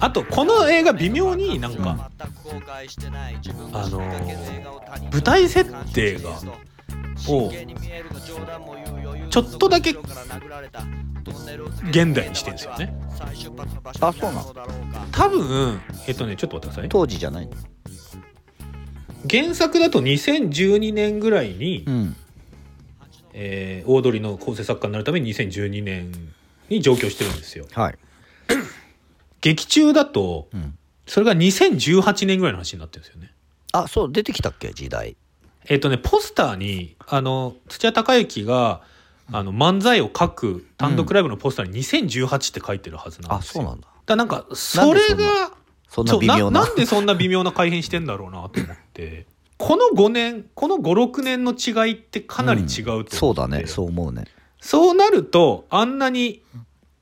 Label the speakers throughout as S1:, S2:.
S1: あとこの映画微妙になんか、あ
S2: あ
S1: の
S2: の
S1: ー
S2: 舞台設定が
S1: を
S2: を
S1: ち
S2: ち
S1: ょ
S2: ょ
S1: っ
S2: っ
S1: と
S2: と
S1: だ
S2: だ
S1: け
S2: け
S1: 現
S2: 現
S1: 代
S2: 代
S1: に
S2: に
S1: し
S2: しててんで
S1: んで
S2: すす
S1: よ
S2: よ
S1: ね
S2: ね
S3: あそうなの
S1: 多分えっとねちょっと待ってください
S3: 当時じゃない
S1: 原作だと2012年ぐらいに、
S3: うん
S1: えーオードリーの構成作家になるために2012年に上京してるんですよ
S3: はい
S1: 劇中だと
S3: うん
S1: それが2018年ぐらいの話になってるんですよね
S3: あそう出てきたっけ時代
S1: えっとね、ポスターに、あの、土屋隆之が、あの、漫才を書く単独ライブのポスターに2018って書いてるはずなん
S3: あ
S1: ですよ。
S3: そうなんだ
S1: だなんか、それが、
S3: そんな微
S1: そ
S3: 妙
S1: う
S3: な
S1: なんでそんな微妙な改変してんだろうなと思って。この5年、この5、6年の違いってかなり違うと思って、
S3: そうだねそう思うね
S1: そうなると、あんなに、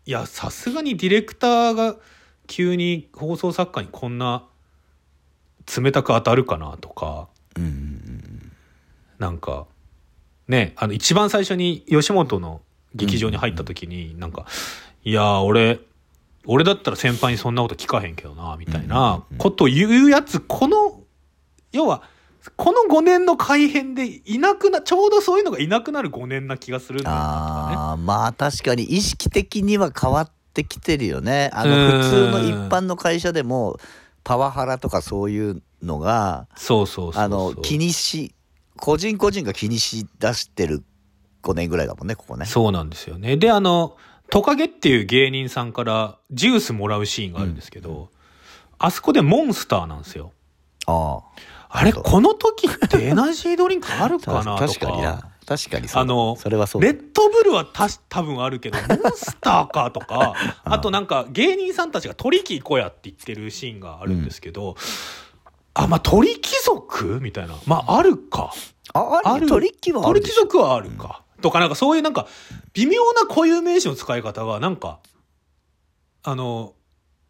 S1: いや、さすがにディレクターが急に放送作家にこんな冷たく当たるかなとか、
S3: うんうんうん
S1: なんかねあの一番最初に吉本の劇場に入った時になんか「いやー俺俺だったら先輩にそんなこと聞かへんけどな」みたいなことを言うやつこの要はこの5年の改変でいなくなちょうどそういうのがいなくなる5年な気がするんだよなとかね。
S3: あーまあ確かに意識的には変わってきてるよねあ
S1: う
S3: の
S1: ん
S3: 普通の一般の会社でもパワハラとかそういうのが
S1: そうそうそうそう
S3: あの気にし個人個人が気にしだしてる5年ぐらいだもんねここね
S1: そうなんですよね。で、あの、トカゲっていう芸人さんからジュースもらうシーンがあるんですけど、あそこでモンスターなんですよ。
S3: あ
S1: あれ、
S3: そう
S1: この時ってエナジードリンクある
S3: あ
S1: か なとか。
S3: 確かにな確かにそう
S1: あの
S3: それはそう
S1: レッドブルはた多分あるけど、モンスターかとか、 あとなんか芸人さんたちが鳥貴子やって言ってるシーンがあるんですけど、あ、まあ鳥貴族みたいな。まああるか。
S3: ああ
S1: ある
S3: るトリッキーはある
S1: 鳥
S3: で
S1: 貴
S3: しょ
S1: 族はあるか。とかなんかそういうなんか微妙な固有名詞の使い方がなんか、あの、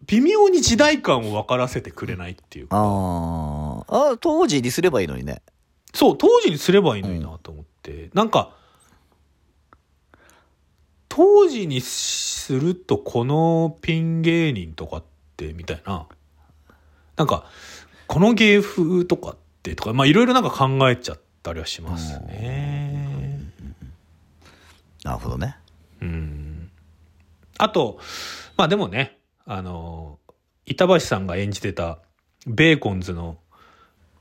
S1: 微妙に時代感を分からせてくれないっていうか。
S3: あーあー当時にすればいいのにね
S1: そう、当時にすればいいのになと思って、なんか、当時にするとこのピン芸人とかって、みたいな、なんか、この芸風とかって、とか、まあいろいろなんか考えちゃったりはしますね。
S3: なるほどね
S1: うん。あと、まあでもね、あの、板橋さんが演じてたベーコンズの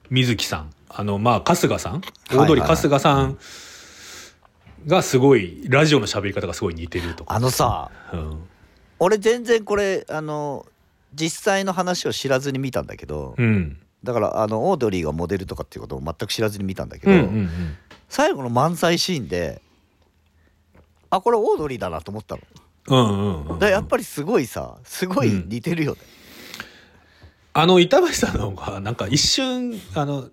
S1: 水木さん、あの、まあ、春日さん、
S3: いは
S1: 大
S3: い
S1: 鳥春日さんがすごい、ラジオの喋り方がすごい似てるとか。
S3: あのさ
S1: うん。
S3: 俺全然これあの実際の話を知らずに見たんだけど、
S1: うん。
S3: だからあのオードリーがモデルとかっていうことを全く知らずに見たんだけ
S1: うん
S3: ど、
S1: うんうん。
S3: 最後の漫才シーンであこれオードリーだなと思ったの
S1: うんうんうん
S3: だからやっぱりすごいさすごい似てるよね、
S1: あの、板橋さんの方が、なんか一瞬、あの、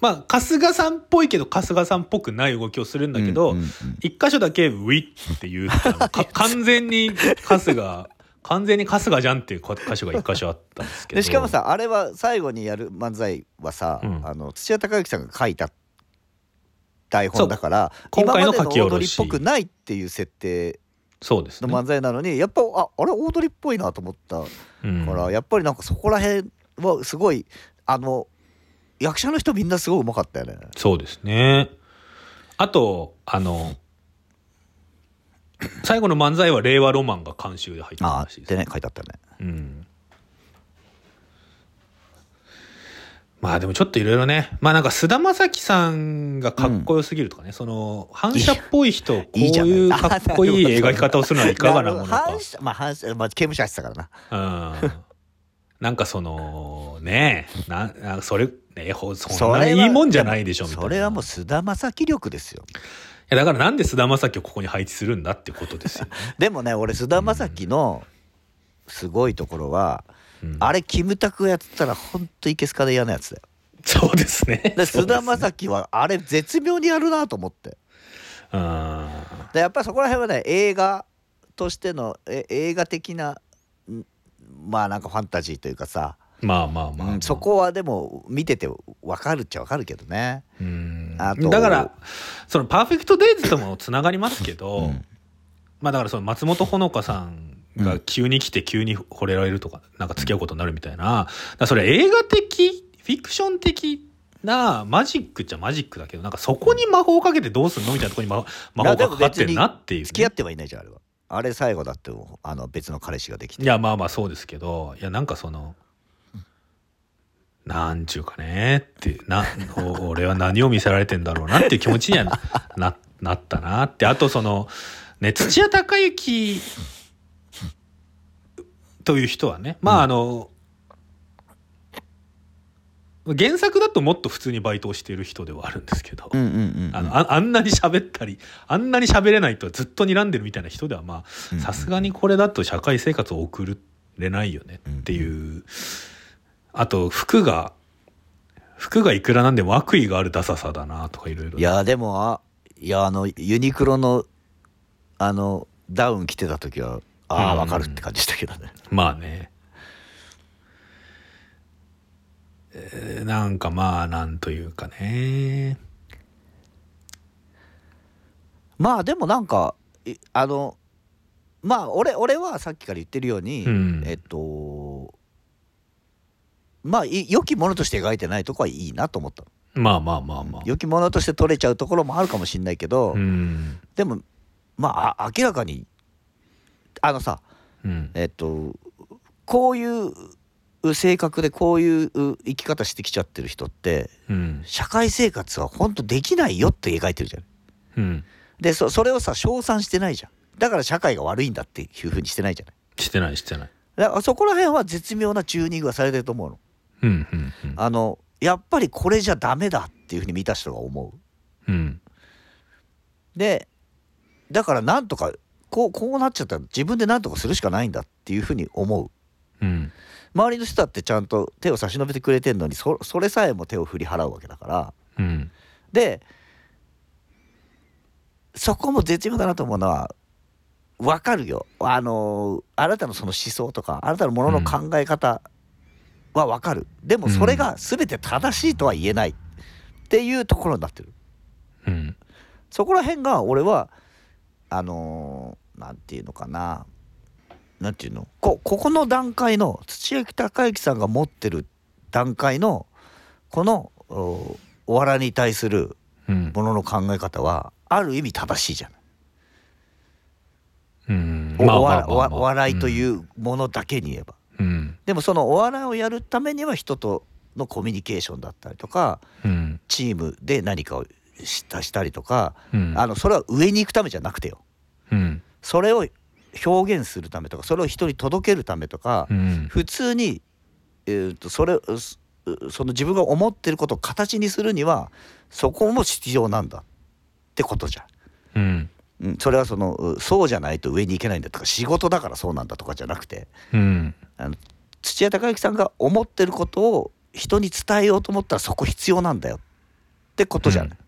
S1: まあ、春日さんっぽいけど、春日さんっぽくない動きをするんだけど、
S3: うんうんうん
S1: 一箇所だけ、ウィッっていうっていうのが、か 完全に春日、完全に春日じゃんっていう箇所が一箇所あったんですけど。
S3: でしかも、さあれは最後にやる漫才はさ、
S1: うん
S3: あの土屋隆之さんが書いた台本だから
S1: そう今回の書
S3: 今ま
S1: き
S3: で
S1: 下
S3: のオード
S1: ろ
S3: リ
S1: し
S3: ーっぽくないっていう設定
S1: そうです
S3: の
S1: ね。
S3: 漫才なのに、やっぱああれオードリーっぽいなと思った
S1: うん
S3: から、やっぱりなんかそこら辺はすごいあの役者の人みんなすごいうまかったよね。
S1: そうですね。あと、あの、最後の漫才は令和ロマンが監修で入ってた
S3: あ
S1: らしいです
S3: でね書いてあったよね。
S1: うんまあでもちょっといろいろねまあなんか菅田将暉さんがかっこよすぎるとかね、その反射っぽい人をこう
S3: いいじゃない
S1: いうかっこいい
S3: あなるほど
S1: 描き方をするのはいかがなもの
S3: るほ
S1: か
S3: ど反射 まあ反射まあ刑務所やってたからな。
S1: うんなんかそのねえななそれねほそん
S3: そ
S1: な
S3: れはい
S1: いもんじゃないでしょみたいな
S3: それはもう菅田将暉力ですよ。
S1: いやだからなんで菅田将暉をここに配置するんだってことですよね、
S3: でもね俺菅田将暉のすごいところは、
S1: うん
S3: あれキムタクがやってたらほんといけすかで嫌なやつだよ。
S1: そうですね
S3: で
S1: そう
S3: 菅
S1: です
S3: 田将暉はあれ絶妙にやるなと思って。
S1: うん
S3: でやっぱりそこら辺はね映画としてのえ映画的なんまあなんかファンタジーというかさ、
S1: まあまあまあ、まあ
S3: うんそこはでも見てて分かるっちゃ分かるけどね。
S1: うん
S3: あと
S1: だからその「パーフェクト・デイズ」ともつながりますけど、
S3: うん
S1: まあだからその松本穂香さんが急に来て急に惚れられるとか、なんか付き合うことになるみたいな。だからそれ映画的、フィクション的なマジックっちゃマジックだけど、なんかそこに魔法をかけてどうすんのみたいなところに魔魔法がかかってるなっていうね、
S3: 付き合ってはいないじゃんあれはあれ最後だってもうあの別の彼氏ができて
S1: いや、まあまあそうですけど、いや、なんかその、なんちゅうかねって、な、お 俺は何を見せられてんだろうなっていう気持ちにはな、 ななったなって、あとその、ね、土屋隆之という人はね、まああの、原作だともっと普通にバイトをしている人ではあるんですけど、
S3: うんうんうん
S1: あのああんなに喋ったりあんなに喋れないとずっと睨んでるみたいな人ではま
S3: う
S1: あ
S3: ん
S1: さすがにこれだと社会生活を送れないよねっていうあと服が服がいくらなんでも悪意があるダサさだなとかいろいろ
S3: いやでもあいやあのユニクロのあのダウン着てた時はああ
S1: うん
S3: わかるって感じしたけどね、
S1: まあね、えーなんかまあなんというかね
S3: まあでもなんかいあのまあ俺俺はさっきから言ってるように、
S1: うん
S3: えっとまあい良きものとして描いてないとこはいいなと思った
S1: まあまあまあまあ
S3: 良きものとして取れちゃうところもあるかもしれないけど、
S1: うん
S3: でもまああ明らかにあのさ
S1: うん
S3: えっとこういう性格でこういう生き方してきちゃってる人って
S1: うん
S3: 社会生活は本当できないよって描いてるじゃ
S1: う
S3: ん。
S1: ん
S3: でそそれをさ称賛してないじゃん。だから社会が悪いんだっていうふうにしてないじゃない。
S1: してないしてない
S3: だからそこら辺は絶妙なチューニングがされてると思うの。
S1: うんうんうん
S3: あのやっぱりこれじゃダメだっていうふうに見た人が思う。
S1: うん
S3: でだからなんとかこうこうなっちゃったら自分でなんとかするしかないんだっていうふうに思う。
S1: うん
S3: 周りの人だってちゃんと手を差し伸べてくれてんのにそそれさえも手を振り払うわけだから
S1: うん
S3: でそこも絶妙だなと思うのは分かるよあのあなたのその思想とかあなたのものの考え方は分かる、でもそれが全て正しいとは言えないっていうところになってる
S1: うん
S3: そこら辺が俺はあのーなんていうのかななんていうのこここの段階の土屋隆之さんが持ってる段階のこのおお笑いに対する
S1: うん
S3: ものの考え方はある意味正しいじゃない、
S1: うん
S3: おお笑お笑お笑いと
S1: う
S3: い
S1: ん。
S3: うものだけに言えば、
S1: うん。
S3: でもそのお笑いをやるためには人とのコミュニケーションだったりとか
S1: うん。
S3: チームで何かをしたしたりとか、
S1: うん。
S3: あのそれは上に行くためじゃなくてよ
S1: うん。
S3: それを表現するためとかそれを人に届けるためとか、
S1: うん。
S3: 普通に、えー、とそれうすうその自分が思ってることを形にするにはそこも必要なんだってことじゃ
S1: うん。
S3: ん、うん、それはそのうそうじゃないと上に行けないんだとか仕事だからそうなんだとかじゃなくて
S1: うん。
S3: あの土屋隆之さんが思ってることを人に伝えようと思ったらそこ必要なんだよってことじゃない、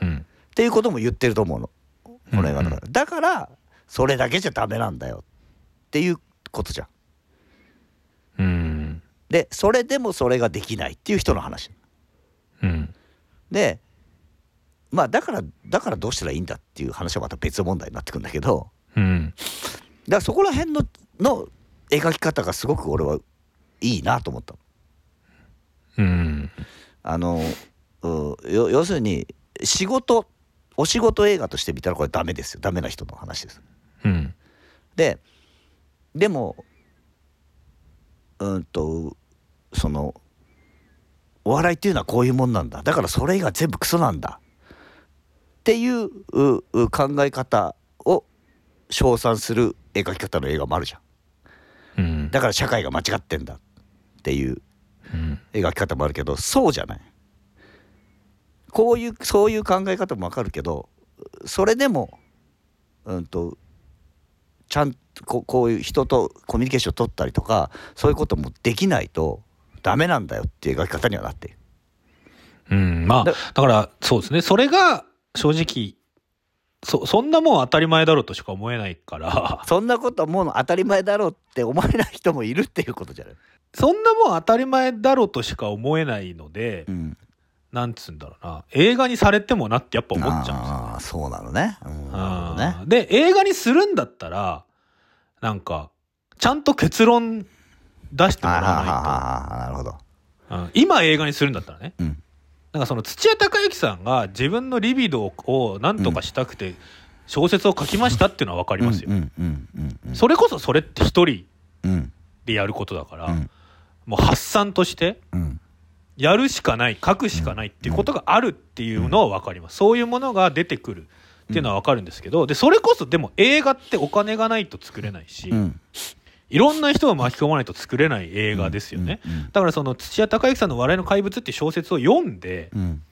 S1: うん
S3: っ
S1: うん。
S3: ていうことも言ってると思うのこの映
S1: う
S3: 画だ
S1: ん
S3: か
S1: う
S3: ら、だからそれだけじゃダメなんだよっていうことじゃん
S1: うん。
S3: でそれでもそれができないっていう人の話
S1: うん。
S3: でまあだからだからどうしたらいいんだっていう話はまた別問題になってくるんだけど
S1: うん。
S3: だからそこら辺のの描き方がすごく俺はいいなと思ったの
S1: うん。
S3: あのうよ要するに仕事お仕事映画として見たらこれダメですよダメな人の話です
S1: うん。
S3: ででもうんとそのお笑いっていうのはこういうもんなんだだからそれ以外全部クソなんだっていううう考え方を称賛する描き方の映画もあるじゃん
S1: うん。
S3: だから社会が間違ってんだっていう描き方もあるけどそうじゃないこういうそういう考え方もわかるけどそれでもうんとちゃんとここういう人とコミュニケーションを取ったりとかそういうこともできないとダメなんだよっていう描き方にはなっている
S1: うん。まあ、だから、そうですね。それが、正直、そ、そんなもん当たり前だろうとしか思えないから、
S3: そんなこともう当たり前だろうって思えない人もいるっていうことじゃない、
S1: そんなもん当たり前だろうとしか思えないので、なんつうんだろうな、映画にされてもなってやっぱ思っちゃうんですよ
S3: ああそうなのね、うん、なるほどね
S1: で映画にするんだったらなんかちゃんと結論出しても
S3: あ
S1: ら
S3: は
S1: わ
S3: は
S1: な
S3: ははなるほど。
S1: いとうん。今映画にするんだったらね。
S3: うん。
S1: なんかその土屋隆之さんが自分のリビドーを何とかしたくて小説を書きましたっていうのは分かりますよ。
S3: うんうんうんうん。
S1: それこそそれって一人
S3: うん
S1: でやることだから、
S3: うん
S1: もう発散として
S3: うん
S1: やるしかない書くしかないっていうことがあるっていうのは分かりますそういうものが出てくるっていうのは分かるんですけどでそれこそでも映画ってお金がないと作れないし、
S3: うん
S1: いろんな人を巻き込まないと作れない映画ですよね、
S3: うんうん
S1: だからその土屋隆之さんの「笑いの怪物」っていう小説を読んで
S3: うん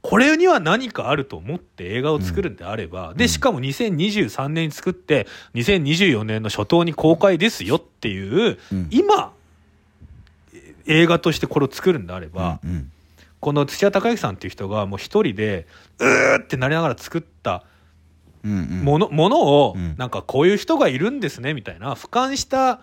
S1: これには何かあると思って映画を作るんであれば、でしかも2023年に作って2024年の初頭に公開ですよっていう、
S3: うん
S1: 今え映画としてこれを作るんであれば、
S3: うん
S1: この土屋隆之さんっていう人がもう一人でうーってなりながら作った
S3: うんうん
S1: もの,、ものを
S3: うん
S1: なんかこういう人がいるんですねみたいな俯瞰した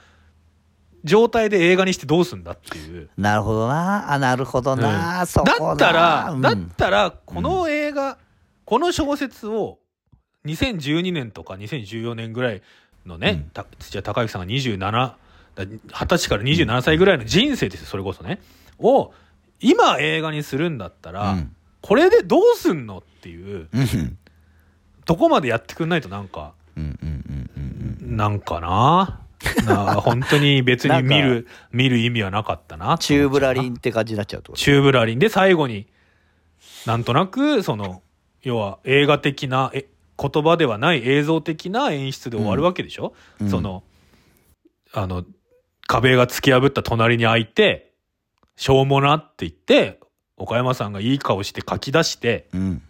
S1: 状態で映画にしてどうすんだっていう。
S3: なるほどなあなるほどな、そこ
S1: だったら、
S3: うん
S1: だったらこの映画、この小説を2012年とか2014年ぐらいのね、
S3: うん
S1: た土屋隆之さんが27だ20歳から27歳ぐらいの人生ですよそれこそねを今映画にするんだったら、
S3: うん
S1: これでどうすんのっていう
S3: うん
S1: とこまでやってくんないとなんか
S3: うんうんうんうん
S1: なんかな。な本当に別に見る見る意味はなかったな
S3: チューブラリ
S1: ン
S3: ンって感じになっちゃうってこと
S1: チューブラリンで最後になんとなくその要は映画的なえ言葉ではない映像的な演出で終わるわけでしょ、
S3: うん
S1: そのあの壁が突き破った隣に開いて「しょうもな」って言って岡山さんがいい顔して書き出して
S3: うん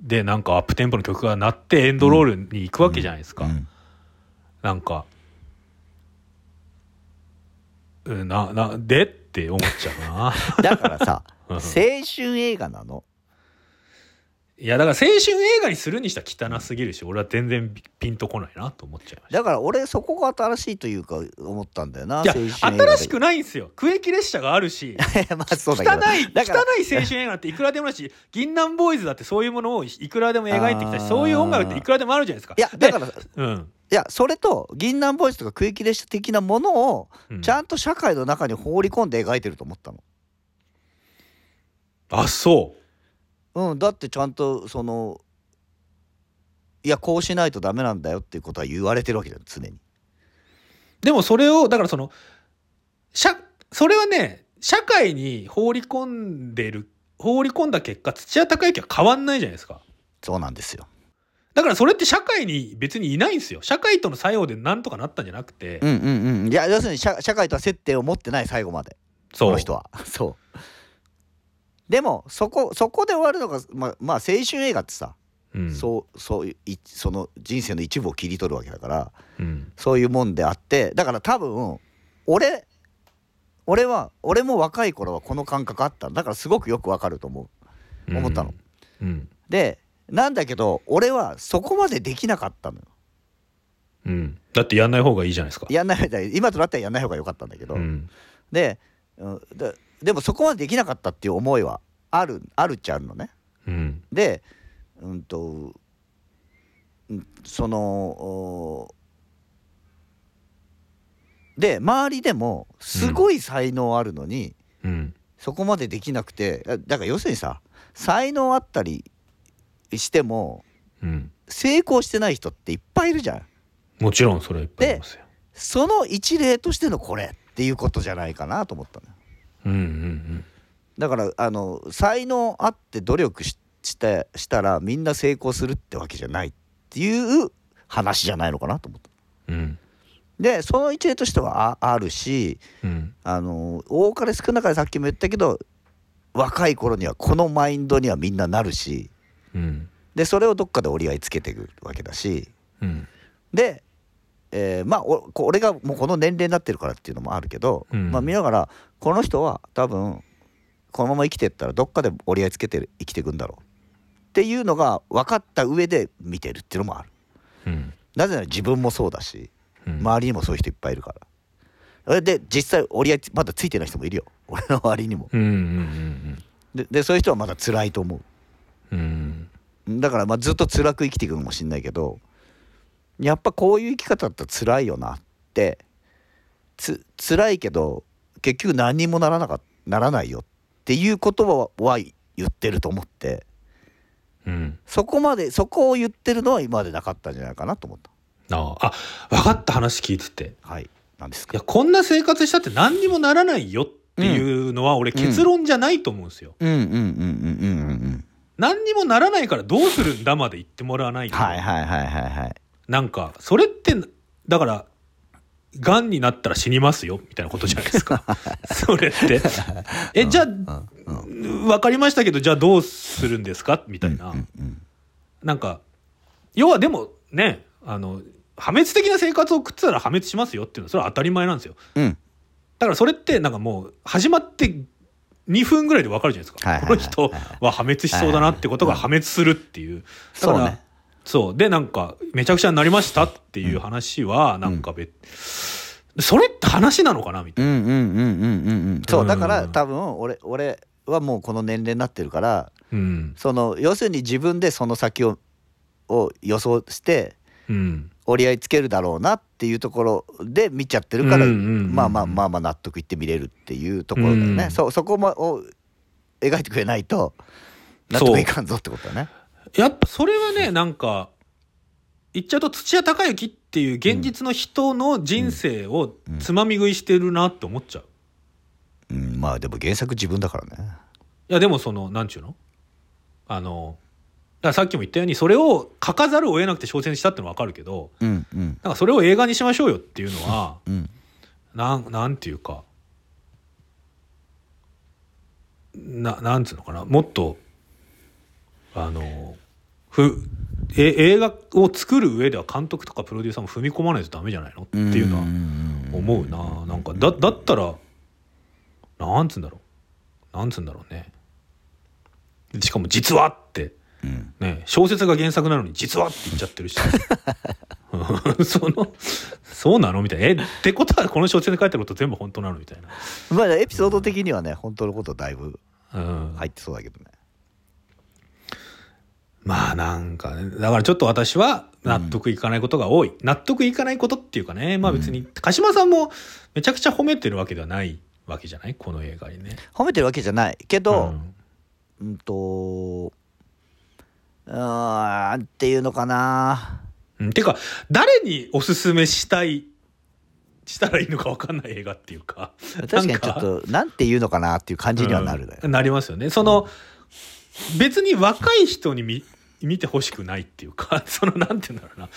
S1: でなんかアップテンポの曲が鳴ってエンドロールに行くわけじゃないですか。
S3: うん
S1: なんか、うんな、な、でって思っちゃうな。
S3: だからさ
S1: うん
S3: 青春映画なの
S1: いや、だから青春映画にするにしたら汚すぎるし、俺は全然ピピンとこないなと思っちゃいまし
S3: だから俺そこが新しいというか思ったんだよな
S1: た。
S3: 青春
S1: い
S3: 映
S1: や、
S3: 画で
S1: 新しくないんですよ。区域列車があるし、
S3: まあそう
S1: 汚
S3: だ
S1: い、
S3: けど
S1: 汚
S3: だから
S1: い青春映画っていくらでもあるし、銀杏ボーイズだってそういうものをいくらでも描いてきた
S3: あ
S1: し、
S3: ー
S1: そういう音楽っていくらでもあるじゃないですか。
S3: いやだから
S1: で、うん。
S3: いやそれと銀杏ボーイスとか区域列車的なものを
S1: うん
S3: ちゃんと社会の中に放り込んで描いてると思ったの
S1: あ、そう。
S3: うん、だってちゃんとそのいやこうしないとダメなんだよっていうことは言われてるわけだよ常に。
S1: でもそれをだからその社それはね社会に放り込んでる放り込んだ結果土屋孝之は変わんないじゃないですか
S3: そうなんですよ。
S1: だからそれって社会に別にいないんですよ社会との作用でなんとかなったんじゃなくて、
S3: うんうんうん。いや要するに社社会とは接点を持ってない最後まで
S1: そ
S3: こ
S1: う
S3: の人 は。そう。でもそこそこで終わるのがまあまあ青春映画ってさ、
S1: うん
S3: そうそういういその人生の一部を切り取るわけだから
S1: うん
S3: そういうもんであってだから多分俺俺は俺も若い頃はこの感覚あっただからすごくよくわかると思う。思ったの
S1: うん
S3: でなんだけど俺はそこまでできなかったのよ
S1: うんだってやんない方がいいじゃないですか
S3: やんないみたい今となったらやんない方が良かったんだけど、
S1: うん
S3: でうんででもそこまでできなかったっていう思いはあるあるっちゃあるのね
S1: うん
S3: でうんとうんそのおで周りでもすごい才能あるのに、
S1: うん
S3: そこまでできなくてだだから要するにさ才能あったりしても
S1: うん
S3: 成功してない人っていっぱいいるじゃん。
S1: もちろんそれはいっぱいありますよ
S3: その一例としてのこれっていうことじゃないかなと思ったのよ
S1: うんうん
S3: だからあの才能あって努力ししてしたらみんな成功するってわけじゃないっていう話じゃないのかなと思った
S1: うんうん
S3: でその一例としてはああるし
S1: うん
S3: あの多かれ少なかれさっきも言ったけど若い頃にはこのマインドにはみんななるし
S1: うん
S3: でそれをどっかで折り合いつけていくわけだし
S1: うん
S3: で、えーまあおこ俺がもうこの年齢になってるからっていうのもあるけど、
S1: うん
S3: まあ、見ながらこの人は多分このまま生きてったらどっかで折り合いつけて生きていくんだろうっていうのが分かった上で見てるっていうのもある
S1: うん
S3: なぜなら自分もそうだし
S1: うん
S3: 周りにもそういう人いっぱいいるからで実際折り合いつまだついてない人もいるよ俺の周りにも
S1: うんうん
S3: ででそういう人はまだ辛いと思う
S1: うんうん
S3: だからまあずっと辛く生きていくのかもしれないけどやっぱこういう生き方だったら辛いよなっってつ辛いけど結局何にもならなかならないよっていう言葉はは言ってると思って
S1: うん。
S3: そこまでそこを言ってるのは今までなかったんじゃないかなと思った
S1: ああ、あ分かった話聞いてて。
S3: はいなんです
S1: い
S3: か
S1: や、こんな生活したって何にもならないよっていうのは、俺結論じゃないと思うんですよ。
S3: うんうんうんうんうんうんうん
S1: 何にもならないからどうするんだまで言ってもらわないと。
S3: はいはいはいはいはい
S1: なんか、それって、だから、がんになったら死にますよ、みたいなことじゃないです か。それって。え、じゃあ、わかりましたけど、じゃあどうするんですかみたいな。なんか、要はでもね、あの、破滅的な生活を送ってたら破滅しますよっていうのは、それは当たり前なんですよ。
S3: うん
S1: だからそれって、なんかもう、始まって2分ぐらいでわかるじゃないです
S3: はい
S1: か。
S3: は
S1: こ
S3: いは
S1: の
S3: い
S1: 人は破滅しそうだなってことが破滅するっていう。だか
S3: そう
S1: ら
S3: ね、
S1: そう。で、なんか、めちゃくちゃになりましたっていう話は、なんか別、それって話なのかなみた
S3: う
S1: い
S3: んうんうんうんうんうんそうだか
S1: う
S3: ら
S1: ん
S3: 多分俺俺はもうこの年齢になってるから
S1: な。うん。
S3: その要するに自分でその先をを予想して
S1: うん。
S3: 折り合いつけるだろうなっていうところで見ちゃってるから、
S1: うんうんうんうん
S3: まあまあまあまあ納得いって見れるっていうところだよね、
S1: うん
S3: そそこもを描いてくれないと納
S1: そう
S3: 得いかんぞってことだね
S1: やっぱそれはね、なんか、言っちゃうと土屋隆之っていう現実の人の人生をつまみ食いしてるなって思っちゃう。
S3: うんまあでも原作自分だからね
S1: いやでもそのなんちゅうのあのだからさっきも言ったようにそれを書かざるを得なくて挑戦したってのは分かるけど
S3: うんうん
S1: なんかそれを映画にしましょうよっていうのは
S3: うん
S1: なんなんていうかななんつうのかなもっとあのふえ映画を作る上では監督とかプロデューサーも踏み込まないとダメじゃないのっていうのは思うななんかだだったらなんつうんだろうなんつうんだろうねしかも「実は」って、
S3: うん
S1: ね、小説が原作なのに「実は」って言っちゃって るしうんそのそうなのみたいなえってことはこの小説に書いてあること全部本当なのみたい
S3: まあエピソード的にはね本当のことだいぶ
S1: な、うん
S3: 入ってそうだけどね
S1: まあなんかねだからちょっと私は納得いかないことが多い、納得いかないことっていうかねまあ別に鹿島さんもめちゃくちゃ褒めてるわけではないわけじゃないこの映画にね。
S3: 褒めてるわけじゃないけど、
S1: ん
S3: うんとうーんなんっていうのかな
S1: うん、てか誰におすすめしたいしたらいいのか分かんない映画っていうか
S3: 確かにちょっとなんていうのかなっていう感じにはなるね、
S1: うんなりますよねその、別に若い人に見見てほしくないっていうか そのなんて言うんだろうな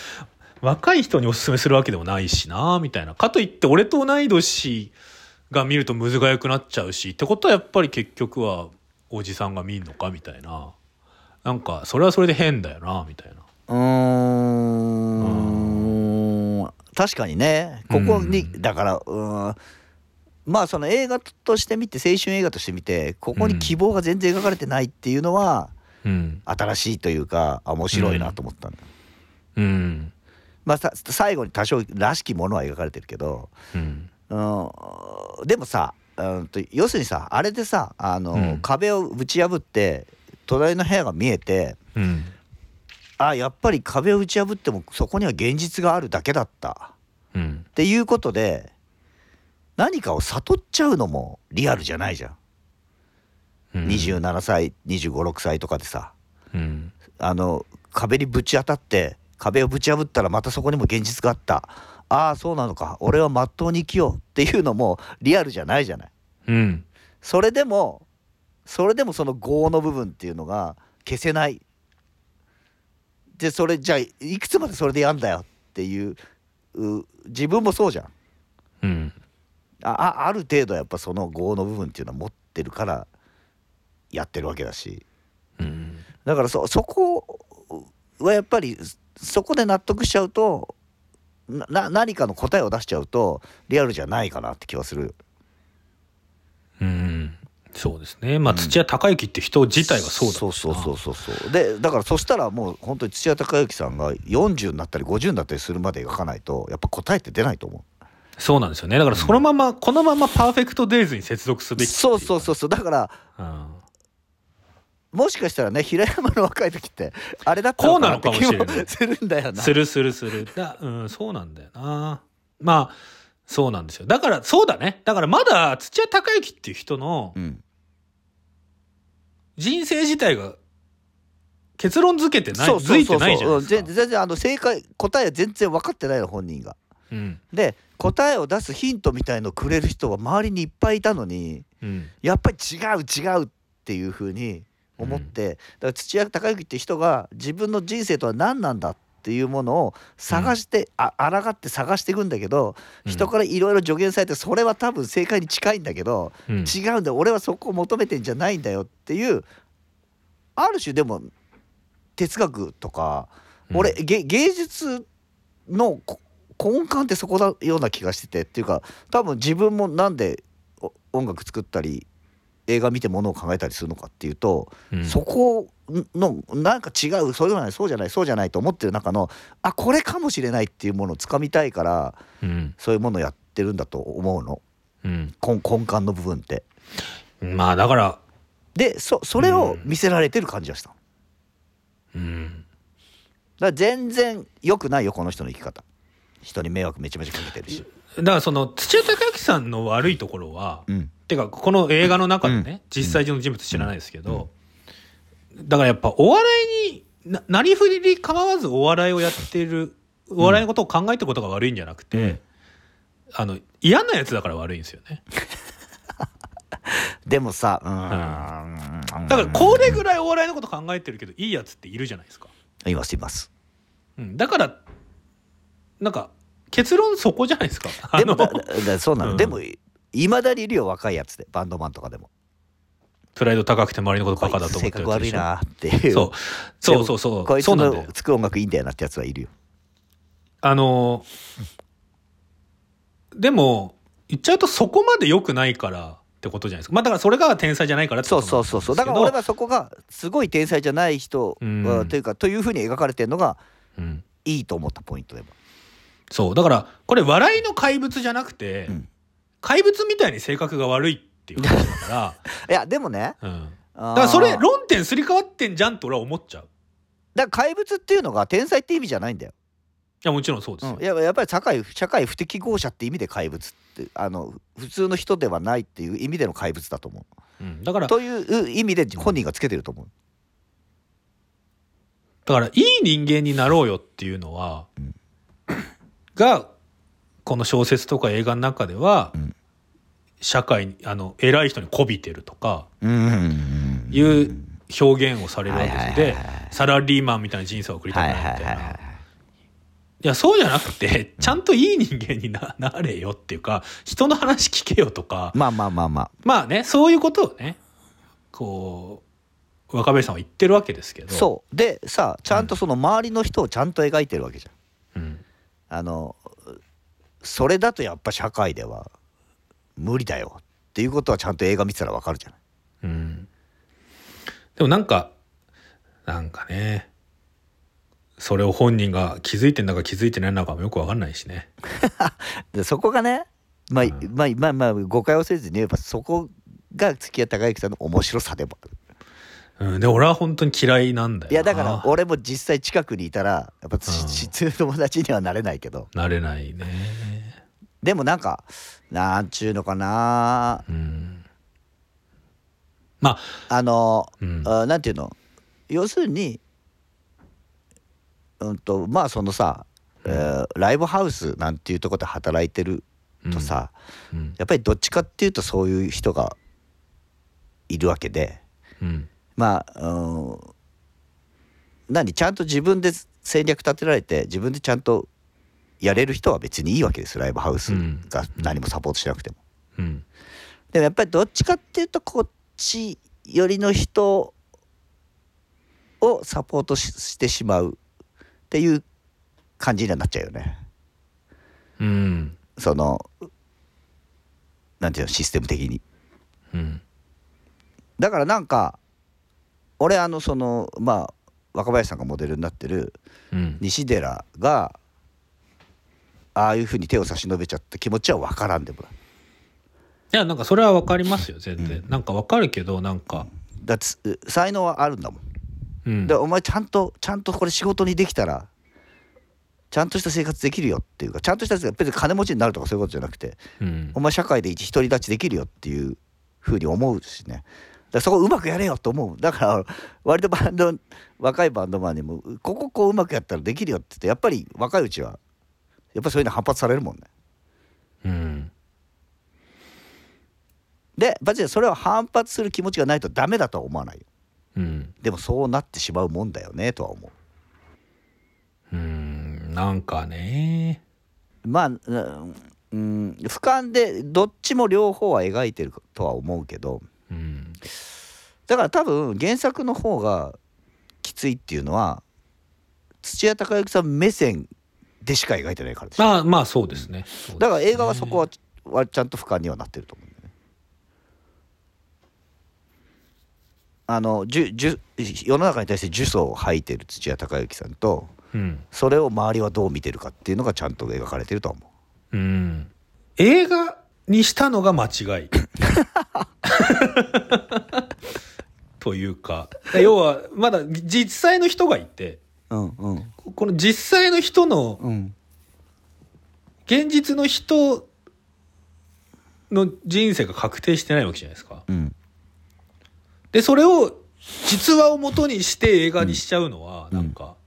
S1: 若い人におすすめするわけでもないしなみたいなかといって俺と同い年が見るとむずがゆくなっちゃうしってことはやっぱり結局はおじさんが見んのかみたいななんかそれはそれで変だよなみたいな
S3: うーん確かにねここに、
S1: うん
S3: だからうーんまあその映画として見て青春映画として見てここに希望が全然描かれてないっていうのは
S1: うん
S3: 新しいというかあ面白いなと思ったんだ、
S1: うん
S3: まあさ最後に多少らしきものは描かれてるけど
S1: うん
S3: うんでもさ、うん、と要するにさあれでさあの、
S1: うん
S3: 壁をぶち破って隣の部屋が見えて
S1: うん
S3: あやっぱり壁を打ち破ってもそこには現実があるだけだった
S1: うん
S3: っていうことで何かを悟っちゃうのもリアルじゃないじゃん、
S1: うん
S3: 27歳2 5 6歳とかでさ
S1: うん
S3: あの壁にぶち当たって壁をぶち破ったらまたそこにも現実があったああそうなのか俺はまっとうに生きようっていうのもリアルじゃないじゃない。
S1: うん
S3: それでもそれでもその業の部分っていうのが消せないでそれじゃあいくつまでそれでやんだよっていうう自分もそうじゃん
S1: うん
S3: ああある程度やっぱその業の部分っていうのは持ってるからやってるわけだし
S1: うん
S3: だからそそこはやっぱりそこで納得しちゃうとなな何かの答えを出しちゃうとリアルじゃないかなって気はする
S1: うんそうですねまあ土屋隆之って人自体がそうだ
S3: そうそうそうそうそうでだからそしたらもう本当に土屋隆之さんが40になったり50になったりするまで描かないとやっぱ答えって出ないと思
S1: そうなんですよねだからそのまま、このままパーフェクトデイズに接続す
S3: う
S1: べき
S3: そうそう
S1: う、
S3: そうそうだから
S1: うん、
S3: もしかしたらね平山の若い時ってあれだった
S1: こう
S3: の
S1: な
S3: か
S1: の
S3: なって
S1: かも
S3: 気
S1: しれない
S3: もするんだよな
S1: するするするだ、うん、そうなんだよなまあ、そうなんですよ。だから、そうだね。だからまだ土屋隆之っていう人の
S3: うん、
S1: 人生自体が結論付けてない、
S3: そうそうそう
S1: づいてないじゃない
S3: そ
S1: うです
S3: 全
S1: か。
S3: 全然あの正解答え全然分かってないの本人が
S1: うん。
S3: で答えを出すヒントみたいのくれる人は周りにいっぱいいたのに
S1: うん。
S3: やっぱり違う違うっていうふうに思って、だから土屋隆之って人が自分の人生とは何なんだっていうものを探して、あ抗って探していくんだけど、
S1: うん
S3: 人からいろいろ助言されてそれは多分正解に近いんだけど、
S1: うん
S3: 違うんだよ俺はそこを求めてんじゃないんだよっていうある種でも哲学とか、
S1: うん
S3: 俺げ芸術のこ根幹ってそこだような気がしててっていうか多分自分もなんでお音楽作ったり映画見てものを考えたりするのかっていうと、
S1: うん
S3: そこのなんか違うそうじゃないそうじゃないそうじゃないと思ってる中のあこれかもしれないっていうものをつかみたいから
S1: うん。
S3: そういうものをやってるんだと思うの
S1: うん。
S3: 根根幹の部分って。
S1: まあ、だから、
S3: でそそれを見せられてる感じがしたの
S1: うん。
S3: だから全然良くないよこの人の生き方人に迷惑めちゃめちゃかけてるし、
S1: だからその土屋隆之さんの悪いところは、
S3: うん、
S1: てかこの映画の中でね、
S3: うん
S1: 実際上の人物知らないですけど、だからやっぱお笑いにななりふり構わずお笑いをやってるお笑いのことを考えてることが悪いんじゃなくて、
S3: うん
S1: あの嫌なやつだから悪いんですよね
S3: でもさうーん
S1: だからこれぐらいお笑いのこと考えてるけどいいやつっているじゃないですか、
S3: いますいます
S1: うん、だからなんか結論そこじゃないですかあ
S3: でも
S1: の
S3: だだそうなの、
S1: うん
S3: でもいまだにいるよ若いやつでバンドマンとかでも
S1: プライド高くて周りのことバカだと
S3: こ
S1: 思っ
S3: いつ
S1: て
S3: 性
S1: る
S3: 格
S1: やつ
S3: 悪
S1: で
S3: い
S1: しょ
S3: なっていう
S1: そうそうそうそ
S3: で
S1: う
S3: もこいつ
S1: そうなんだよ
S3: の作る音楽いいんだよなってやつはいるよ
S1: あの、でも、言っちゃうとそこまで良くないからってことじゃないですか。まあだからそれが天才じゃないからってこ
S3: そ
S1: と
S3: うそうそうそうだから
S1: な
S3: 俺
S1: んで
S3: はそこがすごい天才じゃない人、
S1: うん
S3: はというかというふうに描かれてるのが
S1: すけどうん
S3: いいと思ったポイントでも
S1: そう。だから、これ笑いの怪物じゃなくて、
S3: うん
S1: 怪物みたいに性格が悪いっていう話だか
S3: いやでもね
S1: ら、うん。
S3: だ
S1: だからそれ、論点すり替わってんじゃんと俺は思っちゃう。い
S3: だから怪物っていうのが天才って意味じゃないんだよ、
S1: や、もちろんそうですよ。
S3: いややっぱり社会社会不適合者って意味で怪物ってあの普通の人ではないっていう意味での怪物だと思
S1: うんだか
S3: う
S1: ら、だ
S3: という意味で本人がつけてると思う、
S1: から、いい人間になろうよっていうのは、が、この小説とか映画の中では、
S3: うん
S1: 社会に、あの、偉い人に媚びてるとか、
S3: うん
S1: いう表現をされるわけです
S3: はい
S1: で
S3: はいはいはい
S1: サラリーマンみたいな人生を送りた
S3: はい
S1: く
S3: はい
S1: ないみ
S3: は
S1: たい
S3: いは
S1: ないやそうじゃなくてちゃんといい人間にななれよっていうか人の話聞けよとか
S3: いまあまあまあまあ
S1: まあねそういうことをねこう若林さんは言ってるわけですけど
S3: そうでさちゃんとその周りの人をちゃんと描いてるわけじゃん
S1: うん、
S3: あのそれだとやっぱ社会では無理だよっていうことはちゃんと映画見てたらわかるじゃない
S1: うん、でもなんかなんかねそれを本人が気づいてんだか気づいてないのかもよくわかんないしね
S3: でそこがね、まあ
S1: うん
S3: まあまあまあ誤解をせずに言えばそこが月屋隆之さんの面白さでもある
S1: うん、で俺は本当に嫌いなんだよ
S3: いやだから俺も実際近くにいたらやっぱつ普通の友達にはなれないけど
S1: なれないね
S3: でもなんかなんちゅうのかな
S1: うんまあ、
S3: あの、
S1: うん
S3: あなんていうの要するにうんとまあそのさ、えーライブハウスなんていうところで働いてるとさ、
S1: うん
S3: やっぱりどっちかっていうとそういう人がいるわけで。
S1: うん
S3: まあ、うん、何ちゃんと自分で戦略立てられて自分でちゃんとやれる人は別にいいわけですライブハウス
S1: うん
S3: が何もサポートしなくても、
S1: うん
S3: でもやっぱりどっちかっていうとこっち寄りの人をサポートししてしまうっていう感じにはなっちゃうよね
S1: うん
S3: そのなんていうのシステム的に
S1: うん
S3: だからなんか俺あのそのまあ若林さんがモデルになってる
S1: うん
S3: 西寺がああいうふうに手を差し伸べちゃった気持ちは分からんでもない
S1: いやなんかそれは分かりますよ全然、なんか分かるけどなんか、
S3: だってす才能はあるんだもん、
S1: うん
S3: でお前ちゃんとちゃんとこれ仕事にできたらちゃんとした生活できるよっていうかちゃんとした生活別に金持ちになるとかそういうことじゃなくて
S1: うん
S3: お前社会で一独り立ちできるよっていうふうに思うしねだからそこうまくやれよと思うだから割とバンド若いバンドマンにもこここううまくやったらできるよって言ってやっぱり若いうちはやっぱそういうの反発されるもんね
S1: うん
S3: でバチでそれを反発する気持ちがないとダメだとは思わないよ
S1: うん
S3: でもそうなってしまうもんだよねとは思う
S1: うんなんかね
S3: まあうんうん俯瞰でどっちも両方は描いてるとは思うけど
S1: うん
S3: だから多分原作の方がきついっていうのは土屋隆之さん目線でしか描いてないからでしょ
S1: まあまあそうですね
S3: だから映画はそこははちゃんと俯瞰にはなってると思うんだよね。あのじゅじゅ世の中に対して呪詛を吐いてる土屋隆之さんと
S1: うん
S3: それを周りはどう見てるかっていうのがちゃんと描かれてるとは思う。
S1: うん映画にしたのが間違いというか要はまだ実際の人がいて
S3: うんうん
S1: この実際の人の
S3: うん
S1: 現実の人の人生が確定してないわけじゃないですか。
S3: うん
S1: で、それを実話を元にして映画にしちゃうのは、
S3: うん
S1: なんか、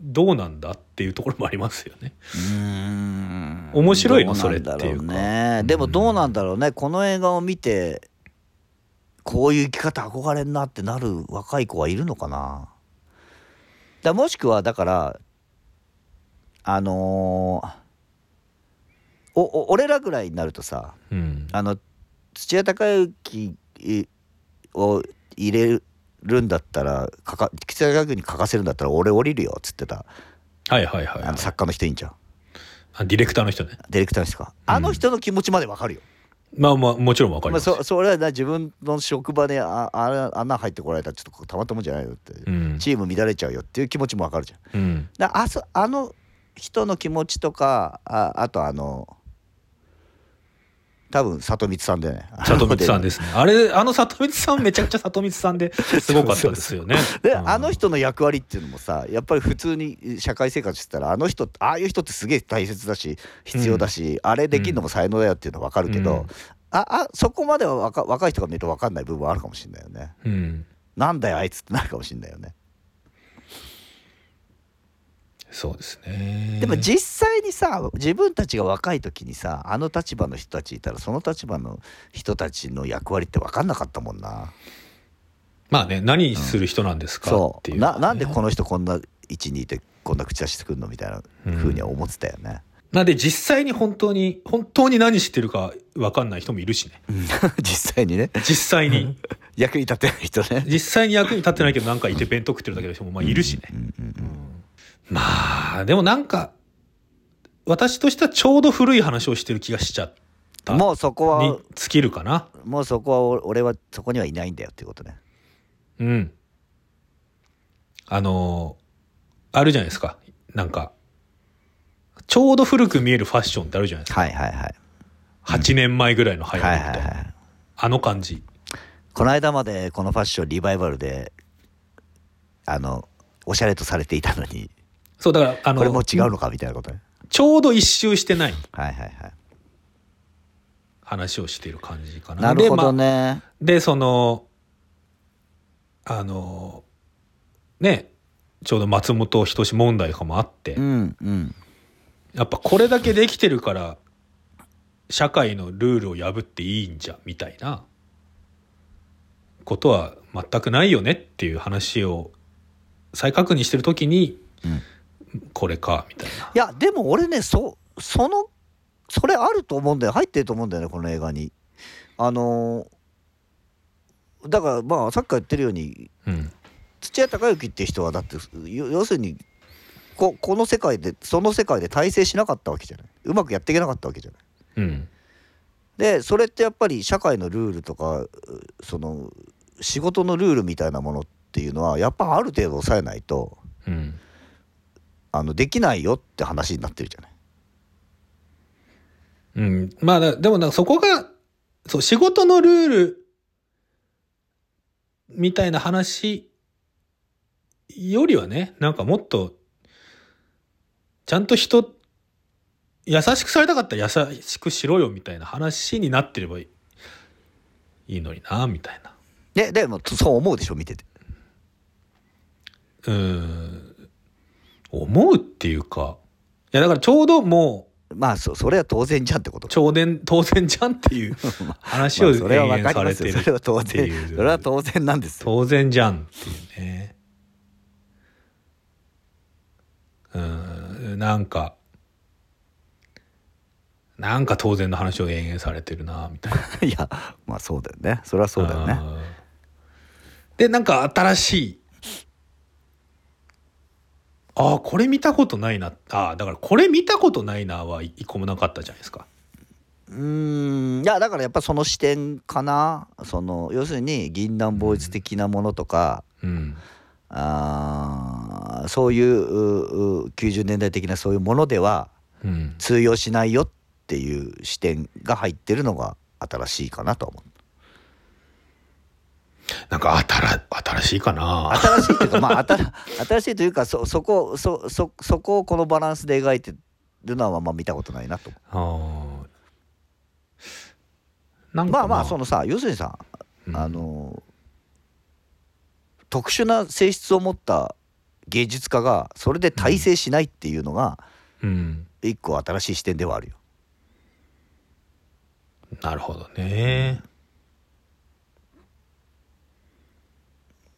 S1: どうなんだっていうところもありますよね。面白いのそれっていうか
S3: どなんだろねでもどうなんだろうねこの映画を見てこういう生き方憧れんなってなる若い子はいるのかなだもしくはだからあのーおお俺らぐらいになるとさ
S1: うん。
S3: あの土屋隆之を入れるんだったらかか土屋隆之に書かせるんだったら俺降りるよっつってた
S1: はいはいはい、
S3: あ
S1: は
S3: の
S1: い
S3: 作家の人いいんじゃん
S1: あ。ディレクターの人ね。
S3: ディレクターの人かあの人の気持ちまでわかるよ、
S1: まあまあ、もちろんわかり
S3: まあ、
S1: ます。
S3: そそれはな自分の職場であああんな入ってこられたらちょっとこうたまったもんじゃないよって、
S1: うん。
S3: チーム乱れちゃうよっていう気持ちもわかるじゃん
S1: うん。
S3: だあそあの人の気持ちとかああとあの多分里光さんだよね
S1: 里光さん
S3: で。
S1: ですね。あれ、あの里光さんめちゃくちゃ里光さんですごかったですよね
S3: であの人の役割っていうのもさやっぱり普通に社会生活してたらあの人ああいう人ってすげえ大切だし必要だし、あれできるのも才能だよっていうのは分かるけ
S1: う
S3: ど、
S1: ん
S3: ああそこまでは若若い人が見ると分かんない部分はあるかもしれないよね。
S1: うん。
S3: なんだよあいつってなるかもしれないよね。
S1: そうですね。
S3: でも実際にさ自分たちが若い時にさあの立場の人たちいたらその立場の人たちの役割って分かんなかったもんな。
S1: まあね、何する人なんですかっ
S3: そ
S1: ていううね、
S3: ななんでこの人こんな位置にいてこんな口出してくるのみたいなふうには思ってたよね。
S1: なんで実際に本当に、本当に何してるか分かんない人もいるしね。
S3: 実際にね
S1: 実際 に。
S3: 役に立てない人ね。
S1: 実際に役に立ってないけどなんかいて弁当食ってるだけの人もまあいるしね。まあ、でもなんか、私としてはちょうど古い話をしてる気がしちゃった。
S3: もうそこ
S1: に
S3: は
S1: 尽きるかな。
S3: もうそこはお俺はそこにはいないんだよっていうことね。
S1: うん。あのーあるじゃないですか。なんか、ちょうど古く見えるファッションってあるじゃないですか。
S3: はいはいはい。
S1: 8年前ぐらいの流行
S3: はい
S1: り
S3: はい
S1: と。
S3: はい。
S1: あの感じ。
S3: この間までこのファッションリバイバルであのおしゃれとされていたのに
S1: そう、だから、あの、
S3: これも違うのかみたいなことね。
S1: ちょうど一周してない
S3: はいはいはい。
S1: 話をしている感じかな。
S3: なるほど
S1: で,、まあ
S3: ね。
S1: でそのあのねちょうど松本人志問題とかもあって、
S3: うんうん。
S1: やっぱこれだけできてるから社会のルールを破っていいんじゃみたいなことは全くないよねっていう話を再確認してる時に、これかみたいない
S3: やでも俺ねそそのそれあると思うんだよ入ってると思うんだよねこの映画に。あのーだからまあさっきから言ってるように
S1: うん
S3: 土屋隆之って人はだってよ要するにここの世界でその世界で大成しなかったわけじゃないうまくやっていけなかったわけじゃない。
S1: うん
S3: でそれってやっぱり社会のルールとかうその仕事のルールみたいなものっていうのはやっぱある程度抑えないと
S1: うん
S3: あのできないよって話になってるじゃない。
S1: うん。まあ、だでもなんかそこが、そう、仕事のルール、みたいな話よりはね、なんかもっと、ちゃんと人、優しくされたかったら優しくしろよみたいな話になってればいいいいのにな、みたいな。
S3: ねでもそう思うでしょ見てて
S1: うーん。思うっていうか、いやだからちょうども
S3: まあそそれは当然じゃんってこと
S1: う、超電、当然じゃんっていう話を
S3: まあそれは
S1: 延
S3: 分
S1: 々
S3: か
S1: さ
S3: りま
S1: れ
S3: す
S1: て
S3: よ
S1: る。
S3: それは当
S1: ってい
S3: 然
S1: う
S3: それは当然なんですよ
S1: 当然じゃんっていうねうんなんかなんか当然の話を延々されてるなみたいない
S3: やまあそうだよねそれはそうだよね
S1: んでなんか新しいああこれ見たことないなああだからこれ見たことないなは一個もなかったじゃないですか
S3: うーんいやだからやっぱその視点かなその要するに銀杏ボーイズ的なものとか、
S1: うん
S3: あーそういううう90年代的なそういうものでは
S1: うん
S3: 通用しないよっていう視点が入ってるのが新しいかなとは思う
S1: なんか新新しいかな
S3: 新しいというかま あ新新しいというかそそこそそそこをこのバランスで描いてるのはまあ見たことないなと思
S1: あーな
S3: うんま
S1: か
S3: あまあそのさ要するにさ、
S1: うん
S3: あの特殊な性質を持った芸術家がそれで大成しないっていうのが
S1: うん、
S3: 一個新しい視点ではあるよ。
S1: なるほどね。